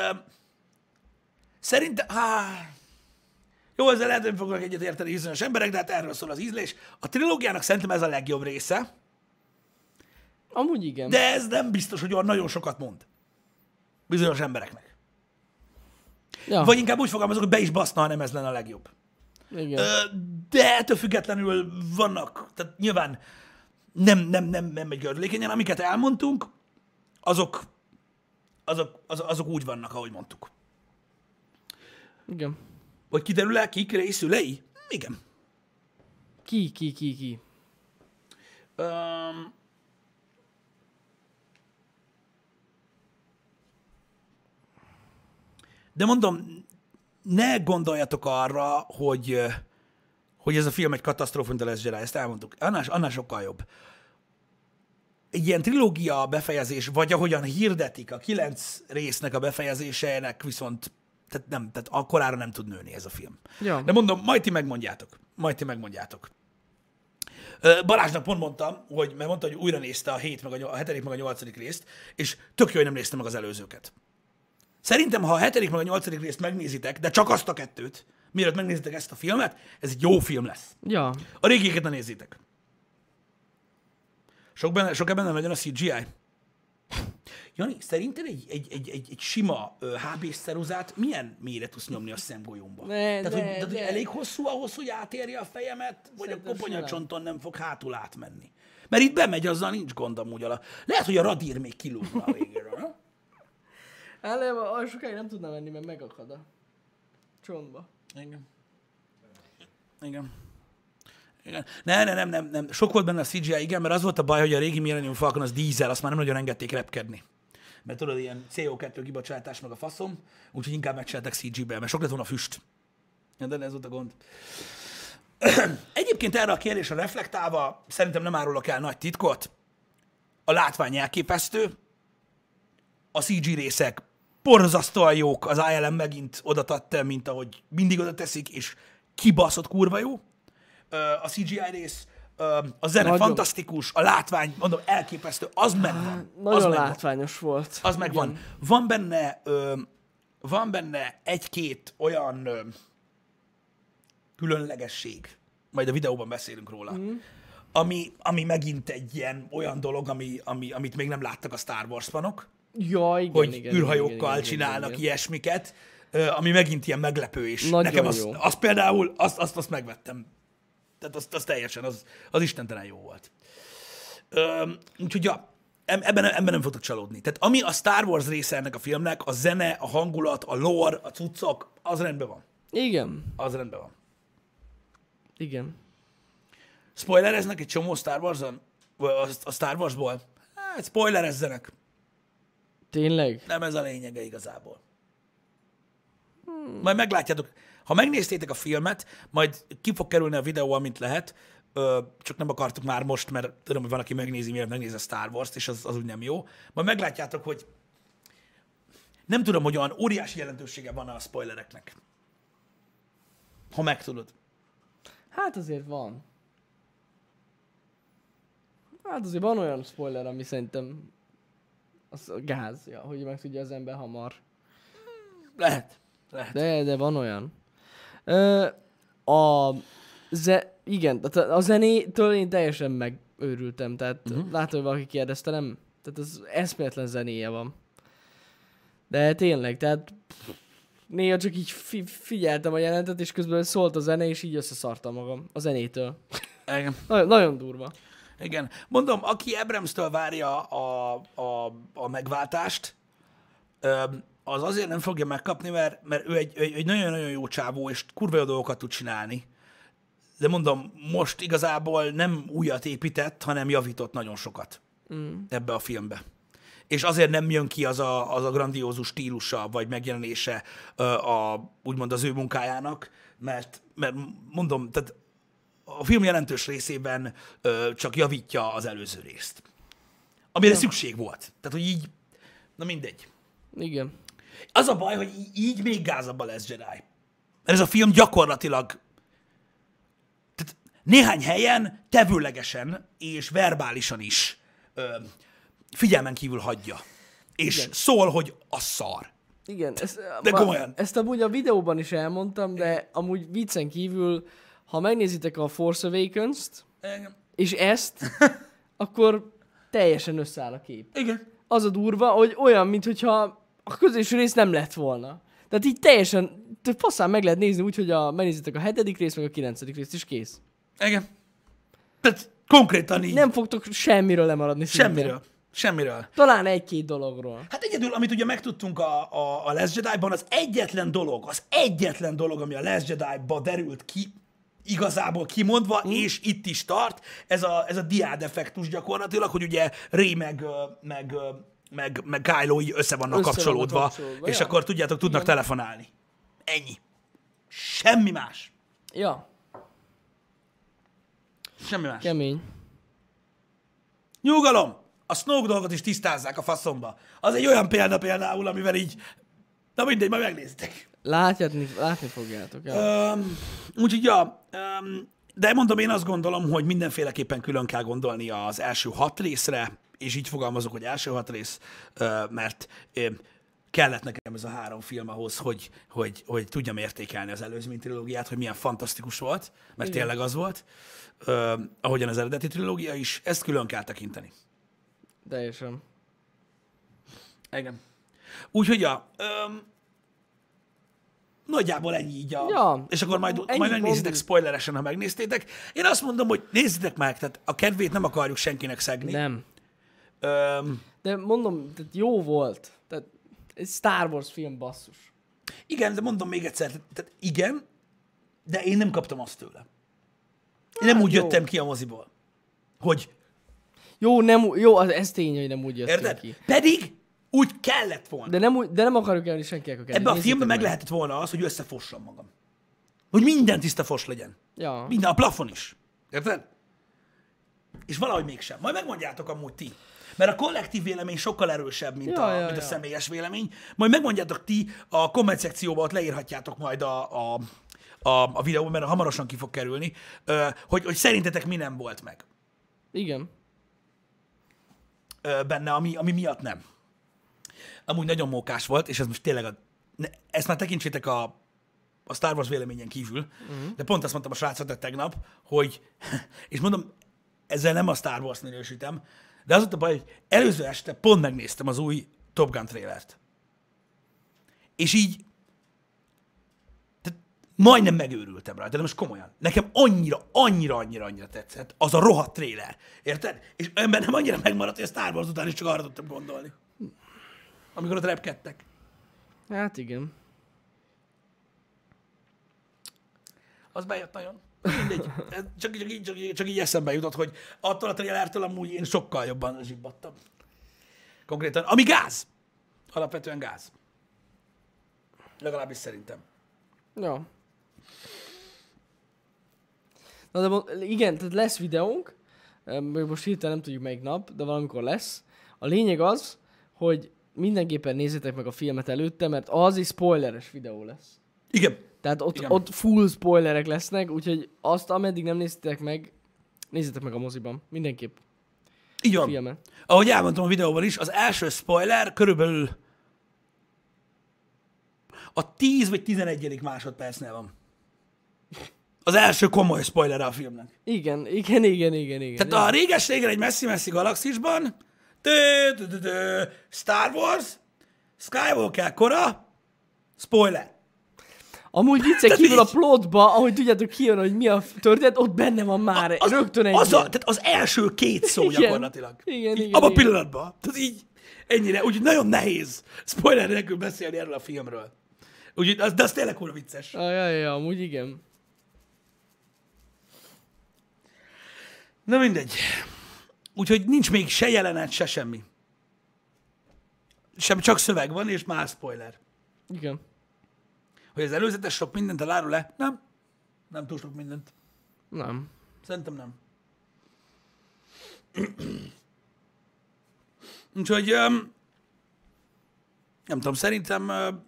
Speaker 2: szerintem... Há, jó, ezzel lehet, hogy nem fognak egyet érteni bizonyos emberek, de hát erről szól az ízlés. A trilógiának szerintem ez a legjobb része,
Speaker 1: Amúgy igen. De...
Speaker 2: de ez nem biztos, hogy olyan nagyon sokat mond bizonyos embereknek.
Speaker 1: Ja,
Speaker 2: Vagy inkább úgy fogalmazok, hogy be is baszna, ha nem ez lenne a legjobb.
Speaker 1: igen.
Speaker 2: Ö, De ettől függetlenül vannak, tehát nyilván nem, nem, nem, nem egy gördülékenyen, amiket elmondtunk, azok, azok, az, azok úgy vannak, ahogy mondtuk.
Speaker 1: igen.
Speaker 2: Vagy kiderül el, kik részülei? Igen.
Speaker 1: Ki, ki, ki, ki.
Speaker 2: Um, de mondom, ne gondoljatok arra, hogy, ö, hogy ez a film egy katasztrófa, mint a Last Jedi, ezt elmondtuk. Annál, annál sokkal jobb. Egy ilyen trilógia befejezés, vagy ahogyan hirdetik a kilenc résznek a befejezésének, viszont tehát nem, tehát akkorára nem tud nőni ez a film.
Speaker 1: Ja.
Speaker 2: De mondom, majd ti megmondjátok. Majd ti megmondjátok. Ö, Balázsnak pont mondtam, hogy, mert mondta, hogy újra nézte a 7, meg a, nyol- a 7. meg a 8. részt, és tök jó, hogy nem nézte meg az előzőket. Szerintem, ha a 7. meg a 8. részt megnézitek, de csak azt a kettőt, mielőtt megnézitek ezt a filmet, ez egy jó film lesz.
Speaker 1: Ja.
Speaker 2: A régieket ne nézzétek. Sok, benne, sok ebben nem legyen a CGI. Jani, szerinted egy, egy, egy, egy, egy sima ö, hb szeruzát milyen mélyre tudsz nyomni a szemgolyomba?
Speaker 1: Ne,
Speaker 2: tehát, hogy,
Speaker 1: ne,
Speaker 2: tehát, hogy
Speaker 1: ne.
Speaker 2: elég hosszú ahhoz, hogy átérje a fejemet, vagy
Speaker 1: Szerintem
Speaker 2: a koponyacsonton
Speaker 1: simán.
Speaker 2: nem fog hátul átmenni? Mert itt bemegy, azzal nincs gond amúgy. Ala. Lehet, hogy a radír még kilógna a végéről. ha?
Speaker 1: Hát nem, olyan sokáig nem tudnám menni, mert megakad a csontba.
Speaker 2: Igen. Igen. Igen. Ne, ne, nem, nem, nem. Sok volt benne a CGI, igen, mert az volt a baj, hogy a régi Millennium Falcon az dízel, azt már nem nagyon engedték repkedni. Mert tudod, ilyen CO2 kibocsátás meg a faszom, úgyhogy inkább megcsináltak CG-be, mert sok lett volna füst. Ja, De ez volt a gond. Egyébként erre a kérdésre reflektálva, szerintem nem árulok el nagy titkot. A látvány elképesztő, a CG részek borzasztóan jók, az ILM megint oda tette, mint ahogy mindig oda teszik, és kibaszott kurva jó. Ö, A CGI rész, ö, a zene
Speaker 1: Nagyon.
Speaker 2: fantasztikus, a látvány, mondom, elképesztő, az megvan. az
Speaker 1: Nagyon
Speaker 2: megvan.
Speaker 1: látványos volt.
Speaker 2: Az megvan. Van benne, ö, van benne egy-két olyan ö, különlegesség, majd a videóban beszélünk róla, mm. ami, ami megint egy ilyen olyan dolog, ami, ami, amit még nem láttak a Star Wars fanok,
Speaker 1: Ja, igen,
Speaker 2: hogy
Speaker 1: igen,
Speaker 2: igen, űrhajókkal
Speaker 1: igen, igen,
Speaker 2: csinálnak
Speaker 1: igen, igen.
Speaker 2: ilyesmiket, ö, ami megint ilyen meglepő, és
Speaker 1: Nagyon
Speaker 2: nekem az,
Speaker 1: jó.
Speaker 2: az például, azt, azt, azt megvettem. Tehát az, az teljesen, az, az istentelen jó volt. Ö, úgyhogy ja, em- ebben, ebben nem fogtok csalódni. Tehát ami a Star Wars része ennek a filmnek, a zene, a hangulat, a lore, a cuccok, az rendben van.
Speaker 1: Igen,
Speaker 2: Az rendben van.
Speaker 1: igen.
Speaker 2: Spoilereznek egy csomó Star Wars-on? Vagy A, a Star Wars-ból? Hát, spoilerezzenek.
Speaker 1: Tényleg?
Speaker 2: Nem ez a lényege igazából. Majd meglátjátok. Ha megnéztétek a filmet, majd ki fog kerülni a videó, amint lehet. Ö, csak nem akartuk már most, mert tudom, hogy van, aki megnézi, miért megnézi a Star Wars-t, és az, az úgy nem jó. Majd meglátjátok, hogy nem tudom, hogy olyan óriási jelentősége van a spoilereknek. Ha megtudod.
Speaker 1: Hát azért van. Hát azért van olyan spoiler, ami szerintem az gáz, ja, hogy meg tudja az ember hamar.
Speaker 2: Lehet. Lehet.
Speaker 1: Hát. De, de van olyan. Ö, a ze, igen, tehát a zenétől én teljesen megőrültem, tehát
Speaker 2: Mhm.
Speaker 1: uh-huh. látom, hogy valaki kérdezte, nem? Tehát az eszméletlen zenéje van. De tényleg, tehát néha csak így fi- figyeltem a jelentet, és közben szólt a zene, és így összeszartam magam a zenétől.
Speaker 2: Igen.
Speaker 1: Nagyon, nagyon durva.
Speaker 2: Igen. Mondom, aki Abrams-től várja a, a, a megváltást, öm, az azért nem fogja megkapni, mert, mert ő egy, egy, egy nagyon-nagyon jó csávó, és kurva jó dolgokat tud csinálni. De mondom, most igazából nem újat épített, hanem javított nagyon sokat mm. ebbe a filmbe. És azért nem jön ki az a, az a grandiózus stílusa, vagy megjelenése ö, a, úgymond az ő munkájának, mert, mert mondom, tehát a film jelentős részében ö, csak javítja az előző részt. Amire szükség volt. Tehát, hogy így, na mindegy.
Speaker 1: Igen.
Speaker 2: Az a baj, hogy í- így még gázabban lesz Jedi. Mert ez a film gyakorlatilag tehát néhány helyen tevőlegesen és verbálisan is ö, figyelmen kívül hagyja. És Igen. szól, hogy a szar.
Speaker 1: Igen, ezt,
Speaker 2: De
Speaker 1: ma-
Speaker 2: komolyan.
Speaker 1: Ezt amúgy a videóban is elmondtam, de amúgy viccen kívül, ha megnézitek a Force Awakens-t, és ezt, akkor teljesen összeáll a kép.
Speaker 2: Igen.
Speaker 1: Az a durva, hogy olyan, mintha a középső rész nem lett volna. Tehát így teljesen, tehát passzán meg lehet nézni úgy, hogy a, megnézitek a hetedik részt, meg a kilencedik részt, és kész.
Speaker 2: Igen. Tehát konkrétan így. Nem,
Speaker 1: Nem fogtok semmiről lemaradni. szinte.
Speaker 2: semmiről. Semmiről.
Speaker 1: Talán egy-két dologról.
Speaker 2: Hát egyedül, amit ugye megtudtunk a, a, a Last Jedi-ban, az egyetlen dolog, az egyetlen dolog, ami a Last Jedi-ba derült ki, igazából kimondva, mm. és itt is tart, ez a, ez a diád effektus gyakorlatilag, hogy ugye Ray meg, ö, meg, ö, meg, meg Kylo így össze vannak
Speaker 1: Össze
Speaker 2: kapcsolódva,
Speaker 1: vannak kapcsolódva,
Speaker 2: és
Speaker 1: ja.
Speaker 2: akkor tudjátok, tudnak Igen. telefonálni. Ennyi. Semmi más.
Speaker 1: Ja,
Speaker 2: Semmi más.
Speaker 1: kemény.
Speaker 2: Nyugalom! A Snoke dolgot is tisztázzák a faszomba. Az egy olyan példa például, amivel így... Na mindegy, majd megnéztek.
Speaker 1: Látjátni, látni fogjátok. Ja.
Speaker 2: Um, úgyhogy, ja, um, de mondom, én azt gondolom, hogy mindenféleképpen külön kell gondolni az első hat részre, és így fogalmazok, hogy első hat rész, ö, mert ö, kellett nekem ez a három film ahhoz, hogy, hogy, hogy tudjam értékelni az előzmény trilógiát, hogy milyen fantasztikus volt, mert Igen. tényleg az volt, ö, ahogyan az eredeti trilógia is, ezt külön kell tekinteni.
Speaker 1: Teljesen.
Speaker 2: Igen. Úgyhogy ja, öm, nagyjából ennyi így a...
Speaker 1: Ja,
Speaker 2: és akkor majd,
Speaker 1: ennyi
Speaker 2: majd megnézitek
Speaker 1: mondjuk.
Speaker 2: spoileresen, ha megnéztétek. Én azt mondom, hogy nézzétek meg, tehát a kedvét nem akarjuk senkinek szegni.
Speaker 1: Nem.
Speaker 2: Öm,
Speaker 1: De mondom, tehát jó volt. Tehát egy Star Wars film basszus.
Speaker 2: igen, de mondom még egyszer, tehát igen, de én nem kaptam azt tőle. Én nem úgy
Speaker 1: Hát, jó.
Speaker 2: jöttem ki a moziból, hogy
Speaker 1: Jó, nem, ú- jó, az, ez tény, hogy nem úgy jöttünk
Speaker 2: érted?
Speaker 1: ki.
Speaker 2: Pedig úgy kellett volna.
Speaker 1: De nem, úgy- de nem akarjuk elni senkinek a kedvét.
Speaker 2: Ebbe a
Speaker 1: Nézzétek
Speaker 2: filmben meg lehetett volna az, hogy összefossam magam. Hogy minden tiszta fos legyen.
Speaker 1: Ja.
Speaker 2: Minden, a plafon is. Érted? És valahogy mégsem. Majd megmondjátok amúgy ti. Mert a kollektív vélemény sokkal erősebb, mint,
Speaker 1: Ja,
Speaker 2: a,
Speaker 1: ja,
Speaker 2: mint a
Speaker 1: ja.
Speaker 2: személyes vélemény. Majd megmondjátok ti, a komment szekcióban ott leírhatjátok majd a, a, a, a videóban, mert hamarosan ki fog kerülni, ö, hogy, hogy szerintetek mi nem volt meg
Speaker 1: Igen.
Speaker 2: ö, benne, ami, ami miatt nem. Amúgy nagyon mókás volt, és ez most tényleg a... Ne, ezt már tekintsétek a, a Star Wars véleményen kívül, uh-huh. de pont azt mondtam a srácot tegnap, hogy... És mondom, ezzel nem a Star Wars minősítem, de az volt a baj, hogy előző este pont megnéztem az új Top Gun trailert. És így tehát majdnem megőrültem rajta, de most komolyan. Nekem annyira, annyira, annyira, annyira tetszett az a rohadt tréler. Érted? És olyan bennem annyira megmaradt, hogy a Star Wars után is csak arra tudtam gondolni. Amikor ott repkedtek.
Speaker 1: Hát igen.
Speaker 2: Az bejött nagyon. Mindegy. Ez Csak, csak, így, csak, így, csak így eszembe jutott, hogy attól a trélertől amúgy én sokkal jobban zsibbattam. Konkrétan. Ami gáz. Alapvetően gáz. Legalábbis szerintem.
Speaker 1: Ja. Na de mo- igen, tehát lesz videónk, Ö, még most hirtelen nem tudjuk melyik nap, de valamikor lesz. A lényeg az, hogy mindenképpen nézzétek meg a filmet előtte, mert az is spoileres videó lesz.
Speaker 2: Igen.
Speaker 1: Tehát ott,
Speaker 2: Igen.
Speaker 1: ott full spoilerek lesznek, úgyhogy azt ameddig nem néztétek meg, nézzétek meg a moziban. Mindenképp.
Speaker 2: Így van.
Speaker 1: Filmet.
Speaker 2: Ahogy elmondtam a videóban is, az első spoiler körülbelül a 10 vagy 11. másodpercnél van. Az első komoly spoiler a filmnek.
Speaker 1: Igen, igen, igen, igen, igen.
Speaker 2: Tehát a réges régen egy messzi-messzi galaxisban, tő, tő, tő, tő, Star Wars, Skywalker kora, spoiler.
Speaker 1: Amúgy viccen
Speaker 2: Tehát
Speaker 1: kívül a
Speaker 2: így-
Speaker 1: plotba, ahogy tudjátok kijön, hogy mi a történet, ott benne van már az, Hát rögtön egy
Speaker 2: az, a,
Speaker 1: ilyen.
Speaker 2: tehát az első két szó
Speaker 1: Igen.
Speaker 2: gyakorlatilag.
Speaker 1: Igen,
Speaker 2: így,
Speaker 1: igen,
Speaker 2: Abban a
Speaker 1: igen.
Speaker 2: pillanatban. Tehát így ennyire, úgyhogy nagyon nehéz spoiler nélkül beszélni erről a filmről. Úgyhogy, az, de az tényleg kurva vicces.
Speaker 1: Ah, ja, ja, ja, amúgy igen.
Speaker 2: Na mindegy. Úgyhogy nincs még se jelenet, se semmi. Sem, csak szöveg van, és már spoiler.
Speaker 1: Igen.
Speaker 2: Hogy az előzetes sok mindent elárul le? Nem. Nem túl sok mindent.
Speaker 1: Nem.
Speaker 2: Szerintem nem. Úgyhogy öm, nem tudom, szerintem öm,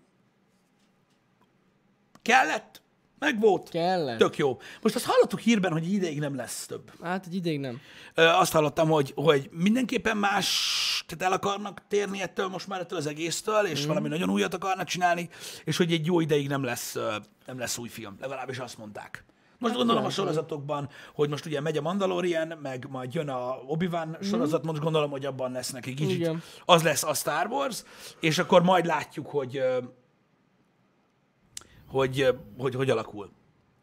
Speaker 2: kellett, meg volt,
Speaker 1: Kellett.
Speaker 2: tök jó. Most azt hallottuk hírben, hogy ideig nem lesz több.
Speaker 1: Hát egy ideig nem.
Speaker 2: Ö, azt hallottam, hogy, hogy mindenképpen más, tehát el akarnak térni ettől most már ettől az egésztől,
Speaker 1: Mhm.
Speaker 2: és mm. valami nagyon újat akarnak csinálni, és hogy egy jó ideig nem lesz, ö, nem lesz új film. Legalábbis azt mondták. Most
Speaker 1: Hát
Speaker 2: gondolom a sorozatokban, hogy most ugye megy a Mandalorian, meg majd jön a obi sorozat, most gondolom, hogy abban lesznek egy kicsit.
Speaker 1: Mhm. Igen.
Speaker 2: Az lesz a Star Wars, és akkor majd látjuk, hogy ö, hogy ö, hogy, hogy alakul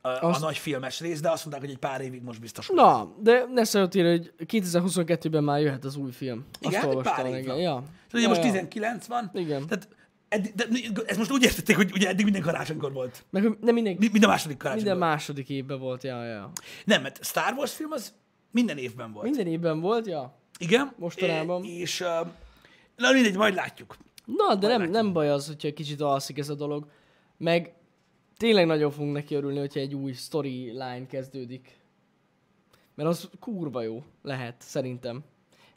Speaker 2: a, a
Speaker 1: Azt-
Speaker 2: nagy filmes rész, de azt mondták, hogy egy pár évig most biztos. hogy
Speaker 1: Na, de ne szóljatok hogy 2022-ben már jöhet az új film.
Speaker 2: Igen, hát
Speaker 1: Azt
Speaker 2: egy
Speaker 1: olvastam,
Speaker 2: pár év
Speaker 1: igen.
Speaker 2: van.
Speaker 1: Ja.
Speaker 2: És ugye
Speaker 1: ja,
Speaker 2: most
Speaker 1: ja.
Speaker 2: 19 van.
Speaker 1: Igen.
Speaker 2: Tehát eddig, de, ez most úgy értették, hogy ugye eddig minden karácsonykor volt.
Speaker 1: Meg hogy nem minden,
Speaker 2: Mi- Mind a második karácsonykor.
Speaker 1: minden második évben volt, ja, ja.
Speaker 2: Nem, mert Star Wars film az minden évben volt.
Speaker 1: Minden évben volt, ja.
Speaker 2: Igen.
Speaker 1: Mostanában.
Speaker 2: É, és, ö, na mindegy, majd látjuk.
Speaker 1: Na, de nem, nem baj az, hogyha kicsit alszik ez a dolog. Meg tényleg nagyon fogunk neki örülni, hogyha egy új storyline kezdődik. Mert az kurva jó lehet, szerintem.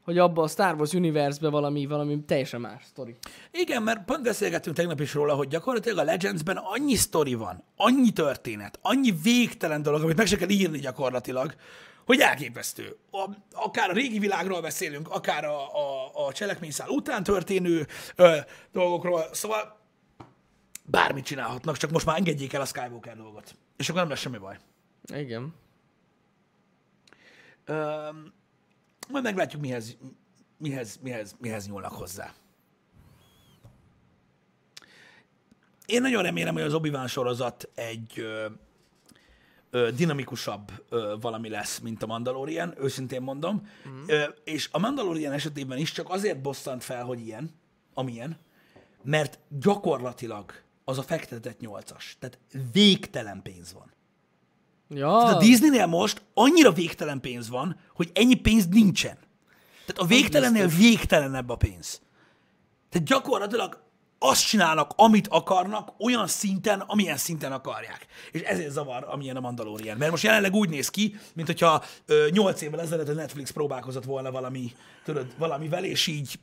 Speaker 1: Hogy abba a Star Wars universe valami, valami teljesen más sztori.
Speaker 2: Igen, mert pont beszélgettünk tegnap is róla, hogy gyakorlatilag a Legendsben annyi sztori van, annyi történet, annyi végtelen dolog, amit meg se kell írni gyakorlatilag, hogy elképesztő. A, akár a régi világról beszélünk, akár a, a, a cselekményszál után történő ö, dolgokról, szóval bármit csinálhatnak, csak most már engedjék el a Skywalker dolgot. És akkor nem lesz semmi baj.
Speaker 1: Igen.
Speaker 2: Ö, majd meglátjuk, mihez, mihez, mihez, mihez nyúlnak hozzá. Én nagyon remélem, hogy az obi sorozat egy ö, ö, dinamikusabb ö, valami lesz, mint a Mandalorian, őszintén mondom. Mm. Ö, és a Mandalorian esetében is csak azért bosszant fel, hogy ilyen, amilyen, mert gyakorlatilag az a fektetett nyolcas. Tehát végtelen pénz van.
Speaker 1: Ja,
Speaker 2: A Disneynél most annyira végtelen pénz van, hogy ennyi pénz nincsen. Tehát a végtelennél végtelenebb a pénz. Tehát gyakorlatilag azt csinálnak, amit akarnak, olyan szinten, amilyen szinten akarják. És ezért zavar, amilyen a Mandalorian. Mert most jelenleg úgy néz ki, mint hogyha ö, 8 évvel ezelőtt a Netflix próbálkozott volna valami, tudod, valamivel, és így,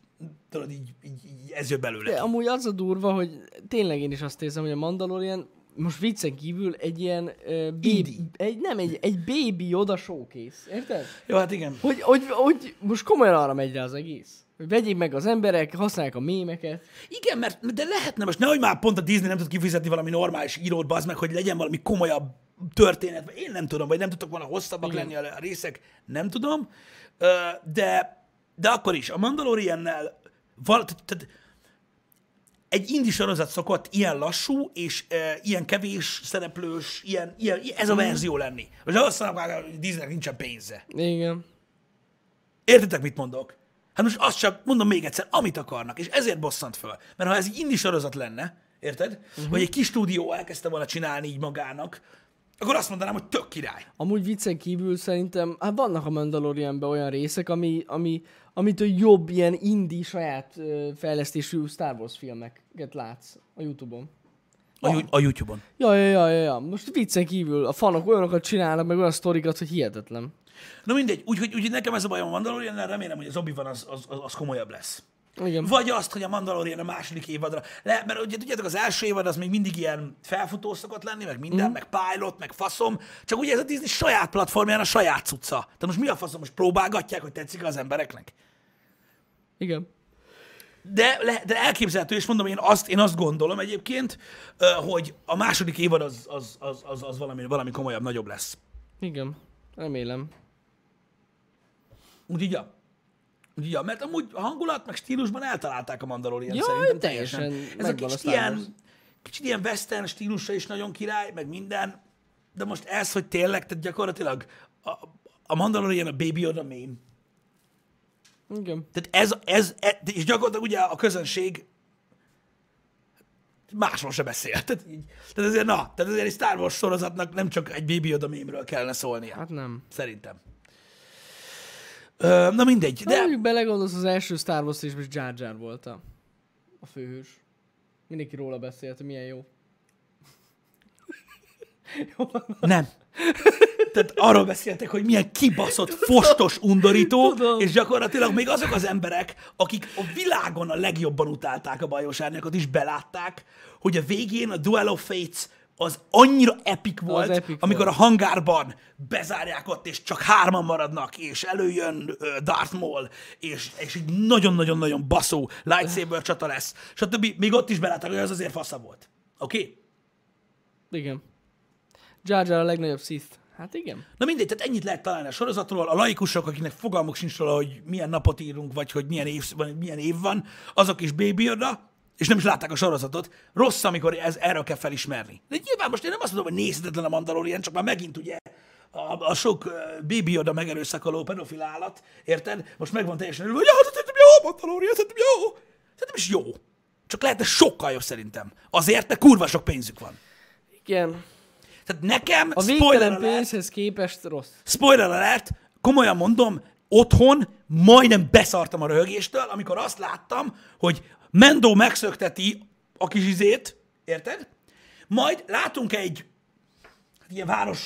Speaker 2: tudod, így, így, így ez jött belőle.
Speaker 1: de amúgy az a durva, hogy tényleg én is azt érzem, hogy a Mandalorian most viccen kívül egy ilyen uh,
Speaker 2: Indie.
Speaker 1: baby, egy, nem, egy, egy baby Yoda showcase, érted?
Speaker 2: Jó, hát igen.
Speaker 1: Hogy, hogy, hogy most komolyan arra megy rá az egész. Hogy vegyék meg az emberek, használják a mémeket.
Speaker 2: Igen, mert de lehetne most, nehogy már pont a Disney nem tud kifizetni valami normális írót, bazd meg, hogy legyen valami komolyabb történet, vagy én nem tudom, vagy nem tudtak volna hosszabbak lenni a a részek, nem tudom, Ö, de, de akkor is, a Mandaloriannel val, tehát, tehát egy indi sorozat szokott ilyen lassú, és e, ilyen kevés szereplős, ilyen, ilyen, ez a verzió lenni. Most azt mondom, hogy Disneynek nincsen pénze.
Speaker 1: Igen.
Speaker 2: Értitek, mit mondok? Hát most azt csak mondom még egyszer, amit akarnak, és ezért bosszant föl. Mert ha ez egy indi sorozat lenne, érted? Uh-huh. Hogy egy kis stúdió elkezdte volna csinálni így magának, akkor azt mondanám, hogy tök király.
Speaker 1: Amúgy viccen kívül szerintem, hát vannak a Mandalorianben olyan részek, ami, ami, amitől jobb ilyen indie saját ö, fejlesztésű Star Wars filmeket látsz a Youtube-on.
Speaker 2: A, ju- a YouTube-on.
Speaker 1: Ja, ja, ja, ja, ja, most viccen kívül a fanok olyanokat csinálnak, meg olyan sztorikat, hogy hihetetlen.
Speaker 2: Na mindegy, úgyhogy úgy, nekem ez a bajom a Mandalorian, remélem, hogy az obi van, az, az, az, az komolyabb lesz.
Speaker 1: Igen.
Speaker 2: Vagy azt, hogy a Mandalorian a második évadra, le, mert ugye tudjátok, az első évad az még mindig ilyen felfutó szokott lenni, meg minden, mm. meg pilot, meg faszom, csak ugye ez a Disney saját platformján a saját cucca. Tehát most mi a faszom, most próbálgatják, hogy tetszik az embereknek?
Speaker 1: Igen.
Speaker 2: De, le, de elképzelhető, és mondom, én azt, én azt gondolom egyébként, ö, hogy a második évad az, az, az, az, az valami, valami komolyabb, nagyobb lesz.
Speaker 1: Igen. Remélem.
Speaker 2: Úgyhogy ja. Úgyhogy ja, mert amúgy a hangulat meg stílusban eltalálták a Mandalorian
Speaker 1: Jaj,
Speaker 2: szerintem
Speaker 1: teljesen
Speaker 2: Ez a
Speaker 1: megvan a Star
Speaker 2: kicsit
Speaker 1: Wars.
Speaker 2: ilyen, Kicsit ilyen western stílusa is nagyon király, meg minden, de most ez, hogy tényleg, tehát gyakorlatilag a, a Mandalorian a Baby Yoda meme.
Speaker 1: Igen.
Speaker 2: Tehát ez, ez, ez, és gyakorlatilag ugye a közönség másról se beszél. Tehát, így, tehát azért, na, tehát azért egy Star Wars sorozatnak nem csak egy Baby Yoda mémről kellene szólnia.
Speaker 1: Hát nem.
Speaker 2: Szerintem. Ö, na mindegy,
Speaker 1: De
Speaker 2: de
Speaker 1: mondjuk belegondolsz, az első Star Wars is most Jar Jar volt a, a főhős. Mindenki róla beszélt, hogy milyen jó. jó van.
Speaker 2: nem. Tehát arról beszéltek, hogy milyen kibaszott, fostos, undorító,
Speaker 1: Tudom.
Speaker 2: és gyakorlatilag még azok az emberek, akik a világon a legjobban utálták a bajos árnyakat is belátták, hogy a végén a Duel of Fates az annyira epic volt,
Speaker 1: epic
Speaker 2: amikor
Speaker 1: volt.
Speaker 2: a hangárban bezárják ott, és csak hárman maradnak, és előjön ö, Darth Maul, és, és egy nagyon-nagyon-nagyon baszó lightsaber csata lesz, stb. Még ott is belátták, hogy az azért fasza volt. Oké? Okay?
Speaker 1: Igen. Jar Jar a legnagyobb sziszt. Hát igen.
Speaker 2: Na mindegy, tehát ennyit lehet találni a sorozatról. A laikusok, akiknek fogalmuk sincs róla, hogy milyen napot írunk, vagy hogy milyen év van, milyen év van azok is Baby Yoda, és nem is látták a sorozatot. Rossz, amikor ez, erről kell felismerni. De nyilván most én nem azt mondom, hogy nézhetetlen a Mandalorian, csak már megint ugye a, a sok uh, Baby Yoda megerőszakoló pedofil állat, érted? Most megvan teljesen örülve, hogy jó, szerintem jó, Mandalorian, szerintem jó. Szerintem is jó. Csak lehetne sokkal jobb szerintem. Azért, de kurva sok pénzük van.
Speaker 1: Igen.
Speaker 2: Tehát nekem,
Speaker 1: A
Speaker 2: spoiler
Speaker 1: végtelen
Speaker 2: alert,
Speaker 1: pénzhez képest rossz.
Speaker 2: spoiler alert, komolyan mondom, otthon majdnem beszartam a röhögéstől, amikor azt láttam, hogy Mendo megszökteti a kis izét, érted? Majd látunk egy hát ilyen város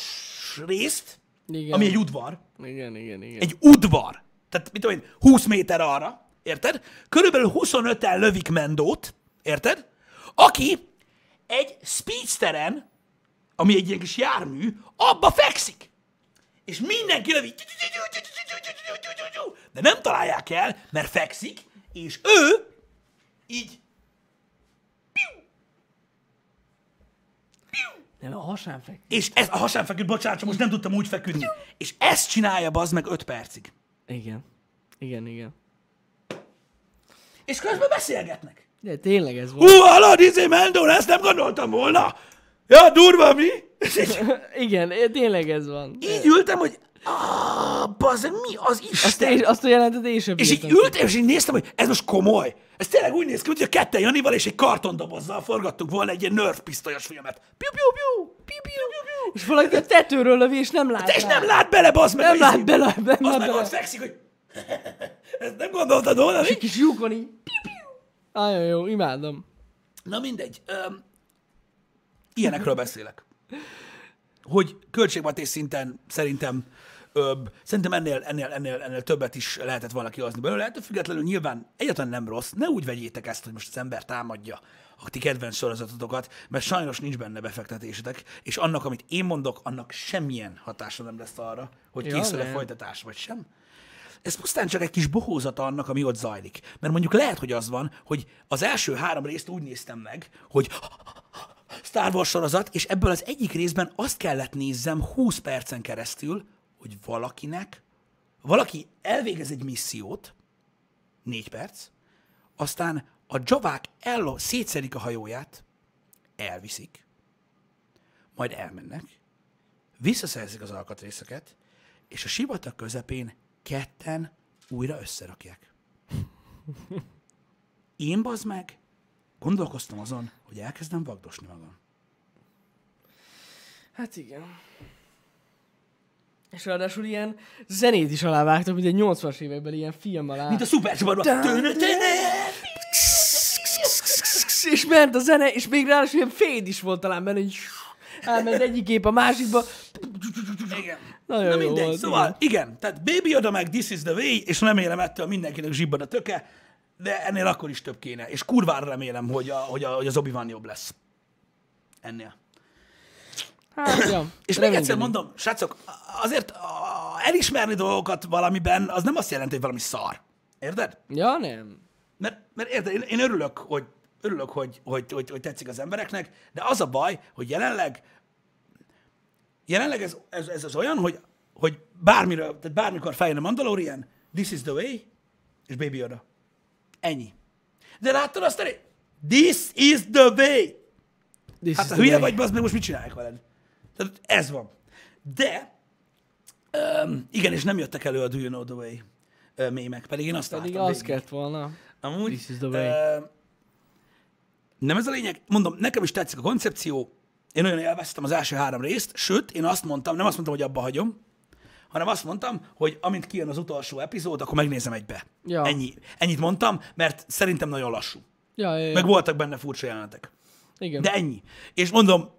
Speaker 2: részt,
Speaker 1: Igen.
Speaker 2: ami egy udvar,
Speaker 1: Igen, igen, igen.
Speaker 2: egy udvar, tehát mit tudom én, 20 méter arra, érted? Körülbelül 25-en lövik Mendót, érted? Aki egy speedsteren, ami egy ilyen kis jármű, abba fekszik. És mindenki lövi. De nem találják el, mert fekszik, és ő így
Speaker 1: Nem, a hasán fekvő.
Speaker 2: és ez a hasán feküdt, bocsánat, csak most nem tudtam úgy feküdni. És ezt csinálja az meg 5 percig.
Speaker 1: Igen. Igen, igen.
Speaker 2: És közben beszélgetnek.
Speaker 1: De tényleg ez volt.
Speaker 2: Hú, halad, izé, Mendon, ezt nem gondoltam volna. Ja, durva, mi? És így,
Speaker 1: igen, é- tényleg ez van.
Speaker 2: így ültem, hogy ah, bazeg, mi az
Speaker 1: Te is,
Speaker 2: Isten?
Speaker 1: azt a jelentet én sem
Speaker 2: És így
Speaker 1: bírtam ki.
Speaker 2: ültem, és így néztem, hogy ez most komoly. Ez tényleg úgy néz ki, hogy a ketten Janival és egy kartondobozzal forgattuk volna egy ilyen nerf pisztolyos filmet. Piu, piu, piu, piu, piu, piu, piu.
Speaker 1: És valaki a tetőről lövi, és nem lát
Speaker 2: De és
Speaker 1: rá.
Speaker 2: nem lát bele, bazd meg!
Speaker 1: Nem
Speaker 2: a
Speaker 1: lát
Speaker 2: izébe.
Speaker 1: bele, nem
Speaker 2: Bazd
Speaker 1: lát
Speaker 2: meg,
Speaker 1: bele.
Speaker 2: ott fekszik, hogy ezt nem gondoltad volna, mi?
Speaker 1: Egy kis lyuk van így. Nagyon jó, imádom.
Speaker 2: Na mindegy. Öm, ilyenekről beszélek. Hogy költségvetés szinten szerintem öm, szerintem ennél, ennél, ennél, ennél többet is lehetett volna kihozni belőle. Ettől függetlenül nyilván egyáltalán nem rossz. Ne úgy vegyétek ezt, hogy most az ember támadja a ti kedvenc sorozatotokat, mert sajnos nincs benne befektetésetek, és annak, amit én mondok, annak semmilyen hatása nem lesz arra, hogy
Speaker 1: Ja,
Speaker 2: készül-e
Speaker 1: nem.
Speaker 2: folytatás, vagy sem ez pusztán csak egy kis bohózata annak, ami ott zajlik. Mert mondjuk lehet, hogy az van, hogy az első három részt úgy néztem meg, hogy Star Wars sorozat, és ebből az egyik részben azt kellett nézzem 20 percen keresztül, hogy valakinek, valaki elvégez egy missziót, négy perc, aztán a javák ello- szétszedik a hajóját, elviszik, majd elmennek, visszaszerzik az alkatrészeket, és a sivatag közepén ketten újra összerakják. Én bazd meg, gondolkoztam azon, hogy elkezdem vagdosni magam.
Speaker 1: Hát igen. És ráadásul ilyen zenét is alávágtak, mint egy 80-as években ilyen film alá.
Speaker 2: Mint a szuper
Speaker 1: És ment a zene, és még ráadásul ilyen féd is volt talán benne, hogy elment egyik kép a másikba.
Speaker 2: Igen.
Speaker 1: Nagyon
Speaker 2: Na
Speaker 1: jó
Speaker 2: mindegy,
Speaker 1: volt,
Speaker 2: szóval igen. tehát Baby Yoda meg This is the way, és remélem ettől mindenkinek zsibbad a töke, de ennél akkor is több kéne, és kurvára remélem, hogy, a, hogy, a, hogy az obi jobb lesz. Ennél.
Speaker 1: Hát, ja,
Speaker 2: És még egyszer mondom, srácok, azért a- elismerni dolgokat valamiben, az nem azt jelenti, hogy valami szar. Érted?
Speaker 1: Ja, nem.
Speaker 2: Mert, mert érted, én, én örülök, hogy, örülök hogy, hogy, hogy, hogy, tetszik az embereknek, de az a baj, hogy jelenleg jelenleg ez, ez, ez az olyan, hogy, hogy bármiről, tehát bármikor feljön a Mandalorian, This is the way, és Baby Yoda. Ennyi. De láttad azt, hogy This is the way!
Speaker 1: This
Speaker 2: Hát
Speaker 1: is the
Speaker 2: ha hülye
Speaker 1: way.
Speaker 2: vagy, az meg most mit csinálják veled? Tehát ez van. De, um, igen, és nem jöttek elő a Do You Know The Way ö, mémek, pedig én azt
Speaker 1: Pedig
Speaker 2: láttam
Speaker 1: az
Speaker 2: végig.
Speaker 1: kellett volna.
Speaker 2: Amúgy,
Speaker 1: This is the way.
Speaker 2: ö, nem ez a lényeg. Mondom, nekem is tetszik a koncepció. Én nagyon élveztem az első három részt, sőt, én azt mondtam, nem azt mondtam, hogy abba hagyom, hanem azt mondtam, hogy amint kijön az utolsó epizód, akkor megnézem egybe.
Speaker 1: Ja.
Speaker 2: Ennyi. Ennyit mondtam, mert szerintem nagyon lassú.
Speaker 1: Ja, ja, ja.
Speaker 2: Meg voltak benne furcsa jelenetek.
Speaker 1: igen.
Speaker 2: De ennyi. És mondom,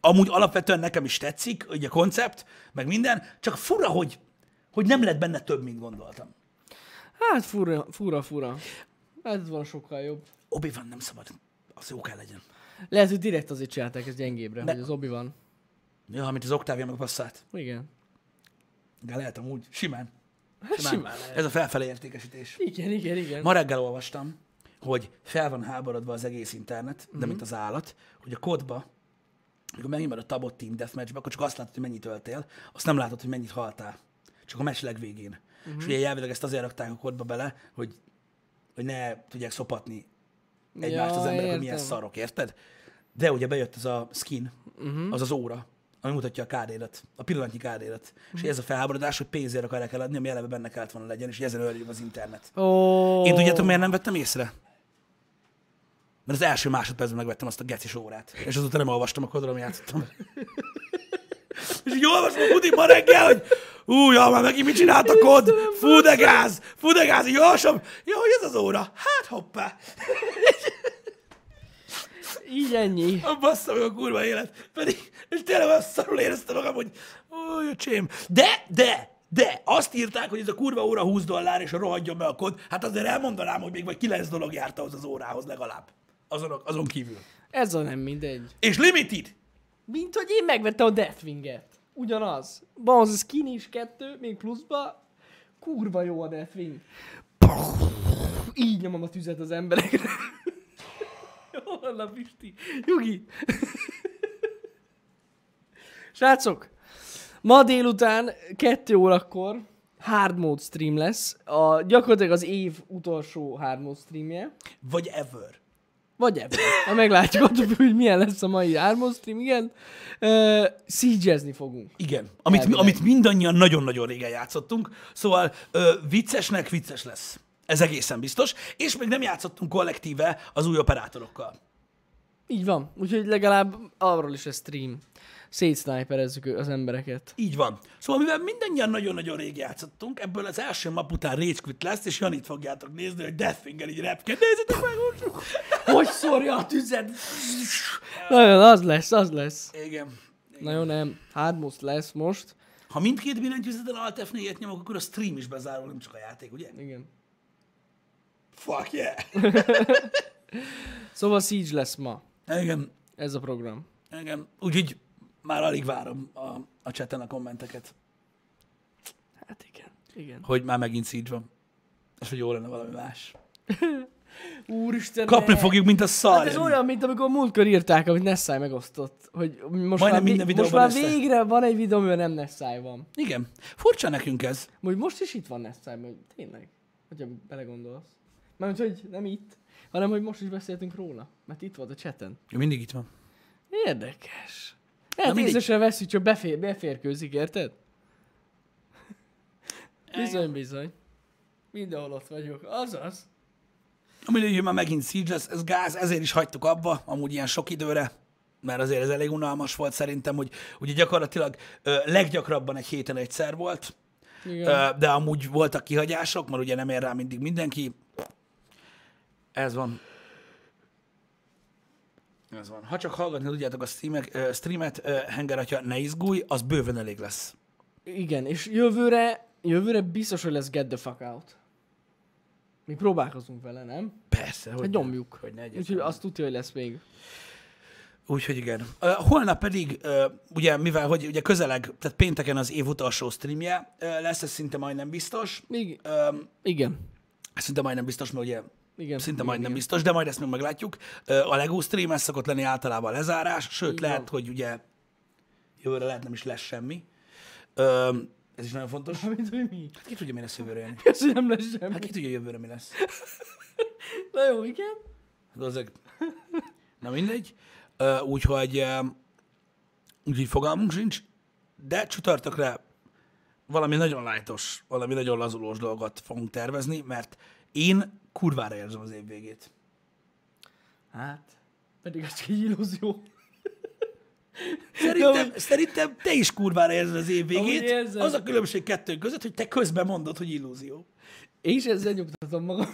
Speaker 2: amúgy alapvetően nekem is tetszik, ugye a koncept, meg minden, csak fura, hogy, hogy nem lett benne több, mint gondoltam.
Speaker 1: Hát fura, fura, fura. Ez van sokkal jobb.
Speaker 2: obi van nem szabad. Az jó kell legyen.
Speaker 1: Lehet, hogy direkt azért csinálták ezt gyengébbre, hogy az obi van.
Speaker 2: Ja, amit az Oktávia megpasszált.
Speaker 1: Igen.
Speaker 2: De lehet amúgy. Simán.
Speaker 1: Hát
Speaker 2: Simán.
Speaker 1: simán.
Speaker 2: Simán Ez a felfele értékesítés.
Speaker 1: Igen, igen, igen.
Speaker 2: Ma reggel olvastam, hogy fel van háborodva az egész internet,
Speaker 1: Mhm.
Speaker 2: de mint az állat, hogy a kodba, amikor megnyomod a tabot Team Deathmatchbe, akkor csak azt látod, hogy mennyit öltél, azt nem látod, hogy mennyit haltál. Csak a meccs legvégén.
Speaker 1: Mhm.
Speaker 2: Uh-huh. És ugye jelvileg ezt azért rakták a kodba bele, hogy, hogy ne tudják szopatni egymást
Speaker 1: Ja,
Speaker 2: az emberek, hogy milyen
Speaker 1: értem.
Speaker 2: szarok, érted? De ugye bejött az a skin,
Speaker 1: Mhm.
Speaker 2: uh-huh. az az óra, ami mutatja a kárérlet, a pillanatnyi kárérlet. Uh-huh.
Speaker 1: Mhm.
Speaker 2: És ez a felháborodás, hogy pénzért akarják eladni, ami eleve benne kellett volna legyen, és ezzel öljük az internet.
Speaker 1: Ó,
Speaker 2: Én tudjátok, miért nem vettem észre? Mert az első másodpercben megvettem azt a gecis órát, és azóta nem olvastam a kodra, játszottam. és így olvasom a budit ma reggel, hogy ú, ja, már megint mit csinált a kod? Fú, de gáz! Fú, de gáz! Így olvasom, ja, hogy ez az óra? Hát hoppá!
Speaker 1: így ennyi.
Speaker 2: A bassza meg a kurva élet. Pedig, és tényleg olyan szarul éreztem magam, hogy ó, öcsém. De, de, de, azt írták, hogy ez a kurva óra 20 dollár, és rohadjon meg a kod. Hát azért elmondanám, hogy még vagy 9 dolog járt ahhoz az órához legalább. Azon, azon kívül.
Speaker 1: Ez a nem mindegy.
Speaker 2: És limited.
Speaker 1: Mint hogy én megvettem a Deathwing-et. Ugyanaz. Van az a skin is kettő, még pluszba. Kurva jó a Deathwing. Így nyomom a tüzet az emberekre. Jó van a Pisti. Nyugi. Srácok, ma délután kettő órakor hard mode stream lesz. A, gyakorlatilag az év utolsó hard mode streamje.
Speaker 2: Vagy ever.
Speaker 1: Vagy ebben. Ha meglátjuk attól függ, hogy milyen lesz a mai Armor stream, igen. Uh, Siegezni fogunk.
Speaker 2: Igen. Amit, mi-
Speaker 1: Elvileg.
Speaker 2: amit mindannyian nagyon-nagyon régen játszottunk. Szóval ö, viccesnek vicces lesz. Ez egészen biztos. És még nem játszottunk kollektíve az új operátorokkal.
Speaker 1: Így van. Úgyhogy legalább arról is a stream. Szétsniperezzük ő- az embereket.
Speaker 2: Így van. Szóval mivel mindannyian nagyon-nagyon rég játszottunk, ebből az első map után Rage Quit lesz, és Janit fogjátok nézni, hogy Deathfinger így repked. Nézzétek meg, húsuk!
Speaker 1: Hogy szórja a tüzet? Nagyon, az lesz, az lesz.
Speaker 2: Igen.
Speaker 1: Nagyon nem. Hardmost lesz most.
Speaker 2: Ha mindkét billentyűzeten alt f nyomok, akkor a stream is bezárul, nem csak a játék, ugye?
Speaker 1: Igen.
Speaker 2: Fuck yeah!
Speaker 1: Szóval Siege lesz ma.
Speaker 2: Igen,
Speaker 1: Ez a program.
Speaker 2: igen. Úgyhogy már alig várom a, a chaten a kommenteket,
Speaker 1: Hát igen. Igen.
Speaker 2: hogy már megint Siege van. És hogy jó lenne valami más.
Speaker 1: Úristen,
Speaker 2: Kapni
Speaker 1: ne!
Speaker 2: fogjuk, mint a szar.
Speaker 1: Hát ez olyan, mint amikor múltkor írták, amit Nessai megosztott, hogy most
Speaker 2: Majdnem
Speaker 1: már,
Speaker 2: minden
Speaker 1: vi- most
Speaker 2: videóban
Speaker 1: már
Speaker 2: Nessai.
Speaker 1: végre van egy videó, amiben nem Nessai van.
Speaker 2: Igen. Furcsa nekünk ez.
Speaker 1: Hogy most is itt van Nessai, hogy tényleg, hogyha belegondolsz. Mert hogy nem itt, hanem hogy most is beszéltünk róla, mert itt volt a chaten.
Speaker 2: Ő mindig itt van.
Speaker 1: Érdekes. Lehet
Speaker 2: mindig.
Speaker 1: észre sem veszük, csak befér, beférkőzik, érted? Bizony, bizony. Mindenhol ott vagyok. Azaz.
Speaker 2: Ami lényeg, hogy már megint Siege lesz, ez gáz, ezért is hagytuk abba, amúgy ilyen sok időre, mert azért ez elég unalmas volt szerintem, hogy ugye gyakorlatilag ö, leggyakrabban egy héten egyszer volt,
Speaker 1: Igen.
Speaker 2: ö, de amúgy voltak kihagyások, mert ugye nem ér rá mindig mindenki. Ez van. Ez van. Ha csak hallgatni tudjátok a streamek, ö, streamet, ö, Henger atya, ne izgulj, az bőven elég lesz.
Speaker 1: Igen, és jövőre, jövőre biztos, hogy lesz get the fuck out. Mi próbálkozunk vele, nem?
Speaker 2: Persze, hogy
Speaker 1: Hát
Speaker 2: ne.
Speaker 1: nyomjuk.
Speaker 2: Hogy ne
Speaker 1: Úgyhogy azt tudja, hogy lesz még.
Speaker 2: Úgyhogy igen. Ö, Holnap pedig, ö, ugye mivel hogy ugye közeleg, tehát pénteken az év utolsó streamje ö, lesz, ez szinte majdnem biztos.
Speaker 1: még...
Speaker 2: Ö,
Speaker 1: Igen.
Speaker 2: Ez szinte majdnem biztos, mert ugye
Speaker 1: Igen.
Speaker 2: szinte
Speaker 1: igen,
Speaker 2: majdnem
Speaker 1: igen.
Speaker 2: biztos, de majd ezt még meglátjuk. Ö, A LEGO stream, ez szokott lenni általában a lezárás, sőt
Speaker 1: van.
Speaker 2: lehet, hogy ugye jövőre lehet nem is lesz semmi. Ö, Ez is nagyon fontos.
Speaker 1: Mint hogy mi?
Speaker 2: Hát ki tudja, mi lesz jövőre Jani?
Speaker 1: Ez hogy nem lesz semmi.
Speaker 2: Hát ki tudja jövőre, mi lesz.
Speaker 1: Na jó, igen.
Speaker 2: Hát Azok... Na mindegy. Ö, Ö, Úgyhogy, ö, úgyhogy fogalmunk sincs, de csütörtökre valami nagyon lájtos, valami nagyon lazulós dolgot fogunk tervezni, mert én kurvára érzem az év végét.
Speaker 1: Hát, pedig ez csak egy illúzió. De
Speaker 2: Szerintem,
Speaker 1: amúgy-
Speaker 2: szerintem te is kurvára érzed az év
Speaker 1: Amúgy
Speaker 2: végét.
Speaker 1: érzem.
Speaker 2: Az a különbség kettőnk között, hogy te közben mondod, hogy illúzió.
Speaker 1: Én is ezzel nyugtatom magam.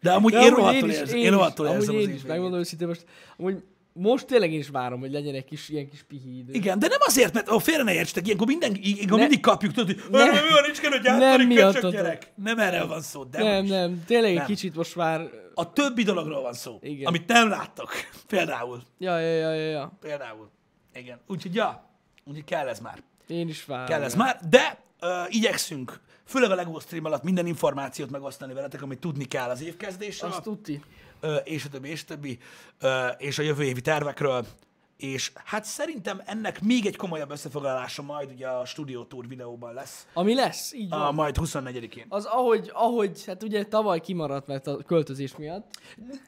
Speaker 2: De amúgy
Speaker 1: De
Speaker 2: én
Speaker 1: amúgy
Speaker 2: rohadtul érzem, én rohadtul érzem az
Speaker 1: amúgy én
Speaker 2: év
Speaker 1: is,
Speaker 2: végét.
Speaker 1: megmondom őszintén most, amúgy most tényleg én is várom, hogy legyen egy kis, ilyen kis pihi idő.
Speaker 2: Igen, de nem azért, mert ó, félre ne értsetek, ilyenkor, minden, ilyenkor
Speaker 1: Ne-
Speaker 2: mindig kapjuk, tudod, hogy
Speaker 1: Ne-
Speaker 2: ne, mi van, nincs kell, hogy
Speaker 1: nem
Speaker 2: átverjük, köcsök
Speaker 1: miattatok.
Speaker 2: gyerek. Nem erről van szó, de
Speaker 1: Nem, nem, tényleg egy
Speaker 2: Nem.
Speaker 1: kicsit most már...
Speaker 2: A többi dologról van szó,
Speaker 1: Igen.
Speaker 2: amit nem láttak. Például.
Speaker 1: Ja, ja, ja, ja, ja.
Speaker 2: Például. Igen. Úgyhogy, ja, úgyhogy kell ez már.
Speaker 1: Én is várom.
Speaker 2: Kell ez már, de uh, igyekszünk, főleg a LEGO stream alatt minden információt megosztani veletek, amit tudni kell az évkezdésre.
Speaker 1: Azt tudti.
Speaker 2: ö, és a többi, és a többi, ö, és a jövő évi tervekről, és hát szerintem ennek még egy komolyabb összefoglalása majd ugye a Studio Tour videóban lesz,
Speaker 1: Ami lesz, így
Speaker 2: a,
Speaker 1: van.
Speaker 2: majd 24-én.
Speaker 1: Az ahogy, ahogy, hát ugye tavaly kimaradt, mert a költözés miatt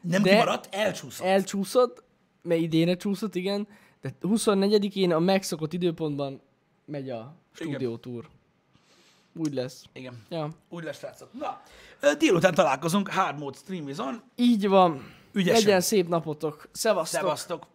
Speaker 2: Nem
Speaker 1: de-
Speaker 2: de... kimaradt, elcsúszott.
Speaker 1: elcsúszott, mert idénre csúszott, igen, de 24-én a megszokott időpontban megy a stúdiótúr. Úgy lesz.
Speaker 2: Igen,
Speaker 1: Ja.
Speaker 2: úgy lesz srácok. Na, ö, délután találkozunk, Hard Mode Stream is on.
Speaker 1: Így van.
Speaker 2: Ügyesen.
Speaker 1: Legyen szép napotok. Szevasztok.
Speaker 2: Szevasztok!